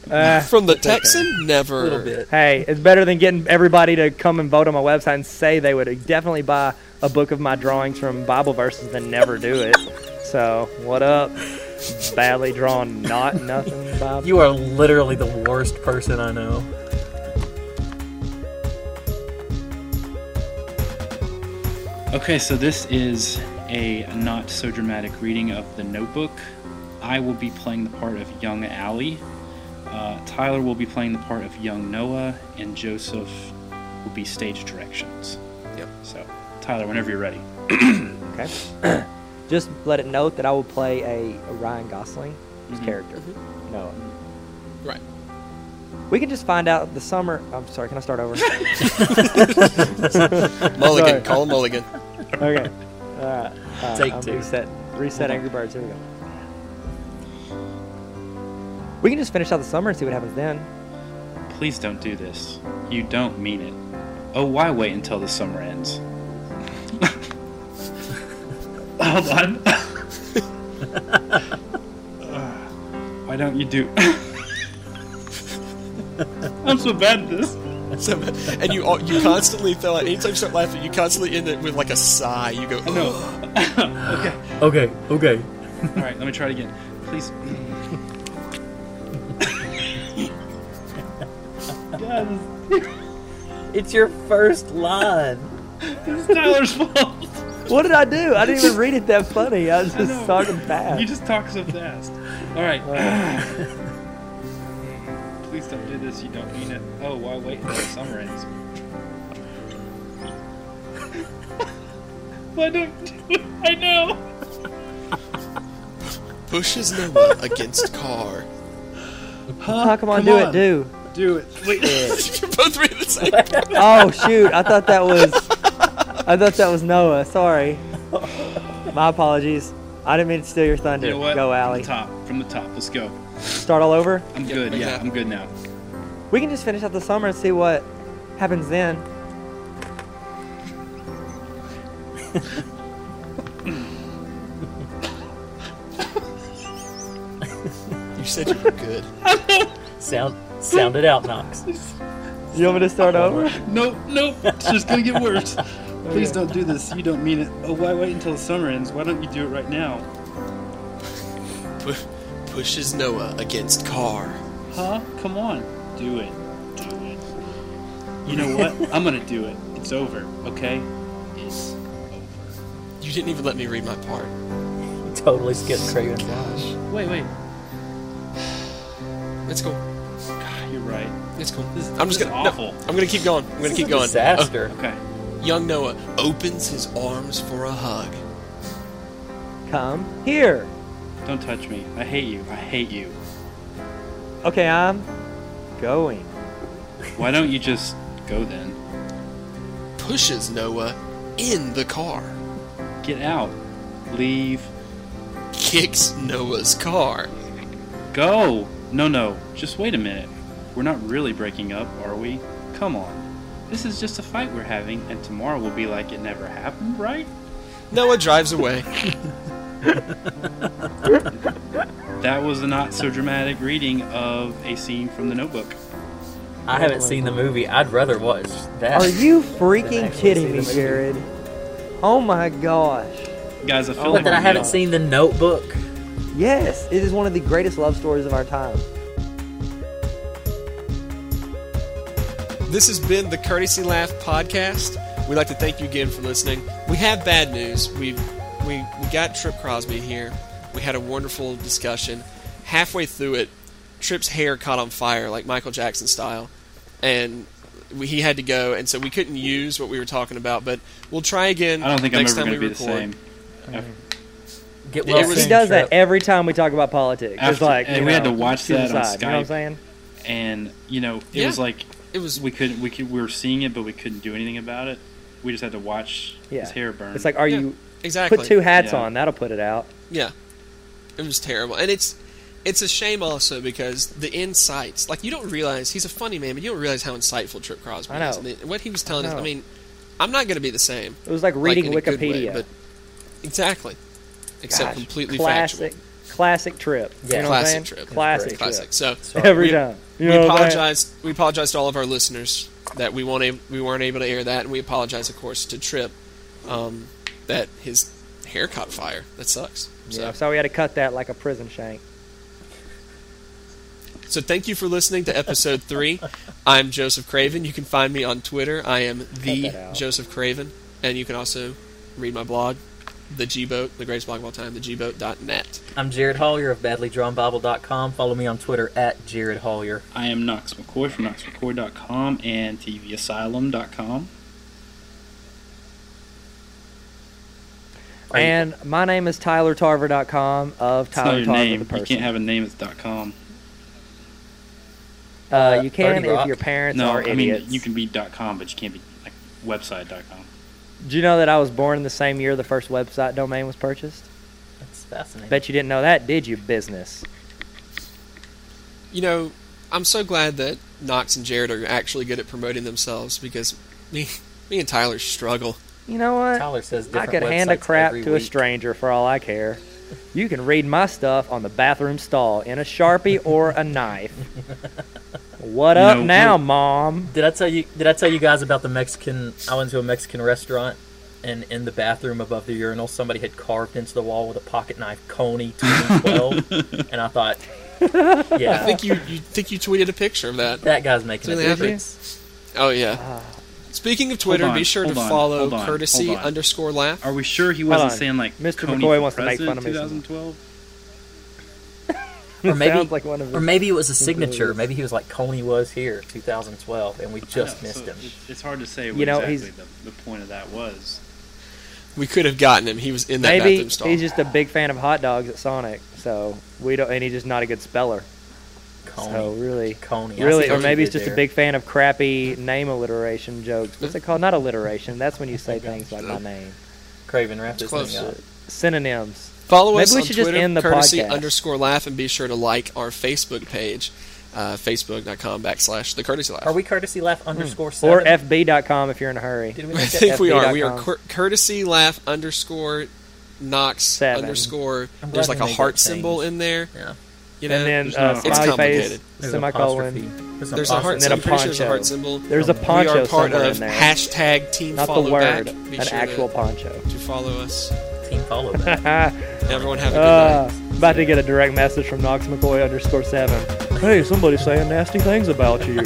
[SPEAKER 5] From the Texan, never.
[SPEAKER 2] a little bit.
[SPEAKER 1] Hey, it's better than getting everybody to come and vote on my website and say they would definitely buy a book of my drawings from Bible verses than never do it. So, what up? Badly drawn, not nothing, Bob.
[SPEAKER 2] You are literally the worst person I know.
[SPEAKER 3] Okay, so this is a not so dramatic reading of The Notebook. I will be playing the part of young Allie. Uh, Tyler will be playing the part of young Noah, and Joseph will be stage directions.
[SPEAKER 5] Yep.
[SPEAKER 3] So, Tyler, whenever you're ready.
[SPEAKER 1] Okay. Just let it note that I will play a, a Ryan Gosling's
[SPEAKER 2] Mm-hmm.
[SPEAKER 1] character. No.
[SPEAKER 5] Right.
[SPEAKER 1] We can just find out the summer. I'm sorry. Can I start over?
[SPEAKER 5] Mulligan.
[SPEAKER 1] Sorry.
[SPEAKER 5] Call him Mulligan.
[SPEAKER 1] okay. All right. Uh,
[SPEAKER 2] Take
[SPEAKER 1] I'm
[SPEAKER 2] two. Mm-hmm.
[SPEAKER 1] Reset. Reset. Angry Birds. Here we go. We can just finish out the summer and see what happens then.
[SPEAKER 3] Please don't do this. You don't mean it. Oh, why wait until the summer ends? Hold on. Uh, why don't you do. I'm so bad at this.
[SPEAKER 5] So, and you all- you constantly throw out. Anytime you start laughing, you constantly end it with like a sigh. You go. "Oh,
[SPEAKER 3] No.
[SPEAKER 5] "Ugh."
[SPEAKER 3] okay.
[SPEAKER 2] Okay, okay.
[SPEAKER 3] All right. Let me try it again. Please.
[SPEAKER 2] It's your first line.
[SPEAKER 3] It's Tyler's fault.
[SPEAKER 1] What did I do? I didn't even read it that funny. I was
[SPEAKER 3] I know.
[SPEAKER 1] just talking fast.
[SPEAKER 3] You just talk so fast. All right. Please don't do this. You don't mean it. Oh, why wait until the summer ends? why don't do it? I know.
[SPEAKER 5] Pushes Noah against car.
[SPEAKER 1] oh, come on,
[SPEAKER 3] Come
[SPEAKER 1] do
[SPEAKER 3] on.
[SPEAKER 1] it, do.
[SPEAKER 3] Do it. Wait.
[SPEAKER 5] You're both reading the same.
[SPEAKER 1] Oh shoot! I thought that was. I thought that was Noah. Sorry. My apologies. I didn't mean to steal your thunder.
[SPEAKER 3] You know what?
[SPEAKER 1] Go, Allie.
[SPEAKER 3] From the top. From the top. Let's go.
[SPEAKER 1] Start all over.
[SPEAKER 3] I'm good.
[SPEAKER 5] make
[SPEAKER 3] Yeah,
[SPEAKER 5] that-
[SPEAKER 3] I'm good now.
[SPEAKER 1] We can just finish out the summer and see what happens then.
[SPEAKER 5] You said you were good.
[SPEAKER 2] Sound sound it out, Knox.
[SPEAKER 1] You want me to start over?
[SPEAKER 3] Nope, nope. It's just gonna get worse. Please don't do this. You don't mean it. Oh, why wait until the summer ends? Why don't you do it right now?
[SPEAKER 5] Pu- pushes Noah against car.
[SPEAKER 3] Huh? Come on. Do it. Do it. You know what? I'm gonna do it. It's over. Okay. It's over.
[SPEAKER 5] You didn't even let me read my part.
[SPEAKER 2] Totally skipped Craven's line.
[SPEAKER 5] Gosh.
[SPEAKER 3] Wait, wait.
[SPEAKER 5] It's cool.
[SPEAKER 3] God, you're right.
[SPEAKER 5] It's cool.
[SPEAKER 3] This-
[SPEAKER 5] I'm
[SPEAKER 3] this
[SPEAKER 5] just
[SPEAKER 3] is
[SPEAKER 5] gonna. no,
[SPEAKER 3] awful.
[SPEAKER 5] I'm gonna keep going. I'm gonna keep going.
[SPEAKER 2] Disaster.
[SPEAKER 3] Okay.
[SPEAKER 5] Uh, young Noah opens his arms for a hug.
[SPEAKER 1] Come here.
[SPEAKER 3] Don't touch me. I hate you. I hate you.
[SPEAKER 1] Okay, I'm going.
[SPEAKER 3] Why don't you just go then?
[SPEAKER 5] pushes Noah in the car,
[SPEAKER 3] Get out. Leave.
[SPEAKER 5] kicks Noah's car.
[SPEAKER 3] Go. No, no. Just wait a minute. We're not really breaking up, are we? Come on. This is just a fight we're having, and tomorrow will be like it never happened, right?
[SPEAKER 5] Noah drives away.
[SPEAKER 3] That was the not so dramatic reading of a scene from the notebook.
[SPEAKER 2] I haven't seen the movie. I'd rather watch that.
[SPEAKER 7] Are you
[SPEAKER 2] Then
[SPEAKER 7] freaking
[SPEAKER 2] actually see
[SPEAKER 7] kidding me,
[SPEAKER 2] the movie.
[SPEAKER 7] Jared? Oh my gosh.
[SPEAKER 3] Guys, I feel
[SPEAKER 2] But
[SPEAKER 3] like
[SPEAKER 2] that I
[SPEAKER 3] we're
[SPEAKER 2] haven't
[SPEAKER 3] getting-
[SPEAKER 2] seen The Notebook.
[SPEAKER 7] Yes, it is one of the greatest love stories of our time.
[SPEAKER 5] This has been the Courtesy Laugh podcast. We'd like to thank you again for listening. We have bad news. We we we got Trip Crosby here. We had a wonderful discussion. Halfway through it, Trip's hair caught on fire like Michael Jackson style, and we, he had to go. And so we couldn't use what we were talking about. But we'll try again.
[SPEAKER 3] I don't think I'm
[SPEAKER 5] next
[SPEAKER 3] ever going
[SPEAKER 5] time
[SPEAKER 3] to
[SPEAKER 5] we
[SPEAKER 3] be the
[SPEAKER 5] record.
[SPEAKER 3] same.
[SPEAKER 2] Get
[SPEAKER 5] It
[SPEAKER 2] well
[SPEAKER 5] was-
[SPEAKER 2] soon,
[SPEAKER 1] He does that
[SPEAKER 2] Trip.
[SPEAKER 1] every time we talk about politics. it's
[SPEAKER 3] After-
[SPEAKER 1] like
[SPEAKER 3] and
[SPEAKER 1] you
[SPEAKER 3] we had
[SPEAKER 1] know,
[SPEAKER 3] to watch
[SPEAKER 1] to the
[SPEAKER 3] that on
[SPEAKER 1] side, You know what I'm
[SPEAKER 3] Skype.
[SPEAKER 1] saying?
[SPEAKER 3] And you know, it
[SPEAKER 5] Yeah.
[SPEAKER 3] was like
[SPEAKER 5] It was
[SPEAKER 3] we couldn't. We could. We were seeing it, but we couldn't do anything about it. We just had to watch
[SPEAKER 1] Yeah.
[SPEAKER 3] his hair burn.
[SPEAKER 1] It's like, are
[SPEAKER 5] Yeah,
[SPEAKER 1] you
[SPEAKER 5] exactly
[SPEAKER 1] put two hats
[SPEAKER 3] Yeah.
[SPEAKER 1] on? That'll put it out.
[SPEAKER 5] Yeah, it was terrible, and it's it's a shame also because the insights, like you don't realize he's a funny man, but you don't realize how insightful Trip Crosby
[SPEAKER 1] I know.
[SPEAKER 5] is. And it- what he was telling us,
[SPEAKER 1] know.
[SPEAKER 5] I mean, I'm not going to be the same.
[SPEAKER 1] It was like
[SPEAKER 5] like,
[SPEAKER 1] reading
[SPEAKER 5] in a good way,
[SPEAKER 1] Wikipedia.
[SPEAKER 5] but exactly,
[SPEAKER 1] Gosh,
[SPEAKER 5] except completely
[SPEAKER 1] classic,
[SPEAKER 5] factual.
[SPEAKER 1] classic trip.
[SPEAKER 2] Yeah.
[SPEAKER 1] you know
[SPEAKER 5] Classic
[SPEAKER 1] what I'm saying?
[SPEAKER 5] trip.
[SPEAKER 1] Classic,
[SPEAKER 5] Classic.
[SPEAKER 1] classic.
[SPEAKER 5] So
[SPEAKER 2] Sorry.
[SPEAKER 1] Every
[SPEAKER 5] We-
[SPEAKER 1] time. You
[SPEAKER 5] we
[SPEAKER 1] know what I'm saying?
[SPEAKER 5] apologize. We apologize to all of our listeners that we won't ab- we weren't able to air that, and we apologize, of course, to Trip um, that his hair caught fire. That sucks. So.
[SPEAKER 1] Yeah, so we had to cut that like a prison shank.
[SPEAKER 5] So thank you for listening to episode three. I'm Joseph Craven. You can find me on Twitter. I am the
[SPEAKER 1] that out.
[SPEAKER 5] Joseph Craven, and you can also read my blog, the G Boat, the greatest blog of all time, thegboat.net.
[SPEAKER 2] I'm Jared Hollier of badlydrawnbible.com. Follow me on Twitter at Jared Hollier.
[SPEAKER 3] I am Knox McCoy from knoxmccoy.com and tvasylum.com.
[SPEAKER 2] Are you-
[SPEAKER 1] And my name is TylerTarver.com of
[SPEAKER 3] It's not
[SPEAKER 1] Tyler
[SPEAKER 3] your
[SPEAKER 1] Tarver
[SPEAKER 3] name.
[SPEAKER 1] the
[SPEAKER 3] You
[SPEAKER 1] person.
[SPEAKER 3] can't have a name that's dot .com.
[SPEAKER 1] uh, you can
[SPEAKER 2] 30
[SPEAKER 1] if
[SPEAKER 2] Rock.
[SPEAKER 1] your parents
[SPEAKER 3] no,
[SPEAKER 1] are
[SPEAKER 3] I
[SPEAKER 1] idiots.
[SPEAKER 3] mean you can be dot .com, but you can't be like website.com.
[SPEAKER 1] Do you know that I was born in the same year the first website domain was purchased?
[SPEAKER 2] That's fascinating.
[SPEAKER 1] Bet you didn't know that, did you, business?
[SPEAKER 5] You know, I'm so glad that Knox and Jared are actually good at promoting themselves because me, me and Tyler struggle.
[SPEAKER 1] You know what?
[SPEAKER 2] Tyler says
[SPEAKER 1] I
[SPEAKER 2] different
[SPEAKER 1] could hand a
[SPEAKER 2] websites
[SPEAKER 1] crap
[SPEAKER 2] every
[SPEAKER 1] to a
[SPEAKER 2] week.
[SPEAKER 1] stranger for all I care. You can read my stuff on the bathroom stall in a sharpie or a knife. What
[SPEAKER 3] You
[SPEAKER 1] up
[SPEAKER 3] know,
[SPEAKER 1] now,
[SPEAKER 3] we're-
[SPEAKER 1] mom?
[SPEAKER 2] Did I tell you? Did I tell you guys about the Mexican? I went to a Mexican restaurant, and in the bathroom above the urinal, somebody had carved into the wall with a pocket knife, Coney 2012, and I thought, yeah,
[SPEAKER 5] I think you, you think you tweeted a picture of that.
[SPEAKER 2] that guy's making a
[SPEAKER 5] Did you?
[SPEAKER 2] difference.
[SPEAKER 5] Oh
[SPEAKER 1] Ah.
[SPEAKER 5] yeah. Speaking of Twitter,
[SPEAKER 3] Hold on,
[SPEAKER 5] be sure to
[SPEAKER 3] hold on,
[SPEAKER 5] follow
[SPEAKER 3] hold on,
[SPEAKER 5] courtesy
[SPEAKER 3] hold on.
[SPEAKER 5] underscore laugh.
[SPEAKER 3] Are we sure he wasn't
[SPEAKER 1] on.
[SPEAKER 3] saying like
[SPEAKER 1] Mr.
[SPEAKER 3] Coney
[SPEAKER 1] McCoy
[SPEAKER 3] for
[SPEAKER 1] wants to make
[SPEAKER 3] president
[SPEAKER 1] fun of me some more.
[SPEAKER 3] 2012?
[SPEAKER 2] Or maybe,
[SPEAKER 1] Sounds like one of
[SPEAKER 2] or
[SPEAKER 1] his-
[SPEAKER 2] maybe it was a signature. Maybe he was like Coney was here 2012, and we just
[SPEAKER 3] I know,
[SPEAKER 2] missed
[SPEAKER 3] so
[SPEAKER 2] him.
[SPEAKER 3] it's- It's hard to say what
[SPEAKER 1] You know,
[SPEAKER 3] exactly
[SPEAKER 1] he's-
[SPEAKER 3] the, the point of that was.
[SPEAKER 5] We could have gotten him. He was in that
[SPEAKER 1] Maybe
[SPEAKER 5] bathroom stall.
[SPEAKER 1] he's just a big fan of hot dogs at Sonic, so we don't. And he's just not a good speller.
[SPEAKER 2] Coney,
[SPEAKER 1] So Oh, really,
[SPEAKER 2] Coney, I
[SPEAKER 1] really,
[SPEAKER 2] see
[SPEAKER 1] or
[SPEAKER 2] what you
[SPEAKER 1] maybe he's
[SPEAKER 2] did
[SPEAKER 1] just
[SPEAKER 2] there.
[SPEAKER 1] a big fan of crappy name alliteration jokes. What's it called? Not alliteration. That's when you say things like my name.
[SPEAKER 2] Craven wrap this
[SPEAKER 5] Close.
[SPEAKER 2] thing up.
[SPEAKER 1] Synonyms.
[SPEAKER 5] Follow
[SPEAKER 1] Maybe
[SPEAKER 5] us
[SPEAKER 1] we
[SPEAKER 5] on
[SPEAKER 1] should just
[SPEAKER 5] Twitter,
[SPEAKER 1] end the
[SPEAKER 5] courtesy
[SPEAKER 1] podcast.
[SPEAKER 5] underscore laugh, and be sure to like our Facebook page, uh, facebook.com backslash the courtesy laugh.
[SPEAKER 2] Are we courtesy laugh underscore
[SPEAKER 1] Hmm. Or
[SPEAKER 2] seven?
[SPEAKER 1] fb.com if you're in a hurry.
[SPEAKER 2] Did we
[SPEAKER 5] I
[SPEAKER 2] make that?
[SPEAKER 5] think we are. We are
[SPEAKER 1] FB.com.
[SPEAKER 5] cour- courtesy laugh underscore Knox
[SPEAKER 1] Seven.
[SPEAKER 5] underscore.
[SPEAKER 2] I'm glad
[SPEAKER 5] There's
[SPEAKER 2] we
[SPEAKER 5] like a
[SPEAKER 2] made that
[SPEAKER 5] heart
[SPEAKER 2] change.
[SPEAKER 5] symbol in there.
[SPEAKER 2] Yeah.
[SPEAKER 5] You know,
[SPEAKER 1] And then
[SPEAKER 3] There's
[SPEAKER 1] uh,
[SPEAKER 3] no- It's
[SPEAKER 1] smiley face,
[SPEAKER 5] complicated.
[SPEAKER 2] There's an
[SPEAKER 1] semicolon.
[SPEAKER 2] apostrophe. There's, an
[SPEAKER 5] there's a heart.
[SPEAKER 2] apostrophe.
[SPEAKER 1] then a
[SPEAKER 5] symbol. I'm pretty sure there's a
[SPEAKER 1] poncho.
[SPEAKER 5] heart symbol.
[SPEAKER 1] There's a poncho
[SPEAKER 5] we are part
[SPEAKER 1] somewhere
[SPEAKER 5] of
[SPEAKER 1] in there.
[SPEAKER 5] hashtag team
[SPEAKER 1] Not the
[SPEAKER 5] follow
[SPEAKER 1] word,
[SPEAKER 5] back. Be
[SPEAKER 1] an
[SPEAKER 5] sure
[SPEAKER 1] actual
[SPEAKER 5] to,
[SPEAKER 1] poncho.
[SPEAKER 5] to follow us.
[SPEAKER 2] Team follow back.
[SPEAKER 5] Everyone have a good night.
[SPEAKER 1] Uh, about to get a direct message from Knox McCoy underscore seven. Hey, somebody's saying nasty things about you.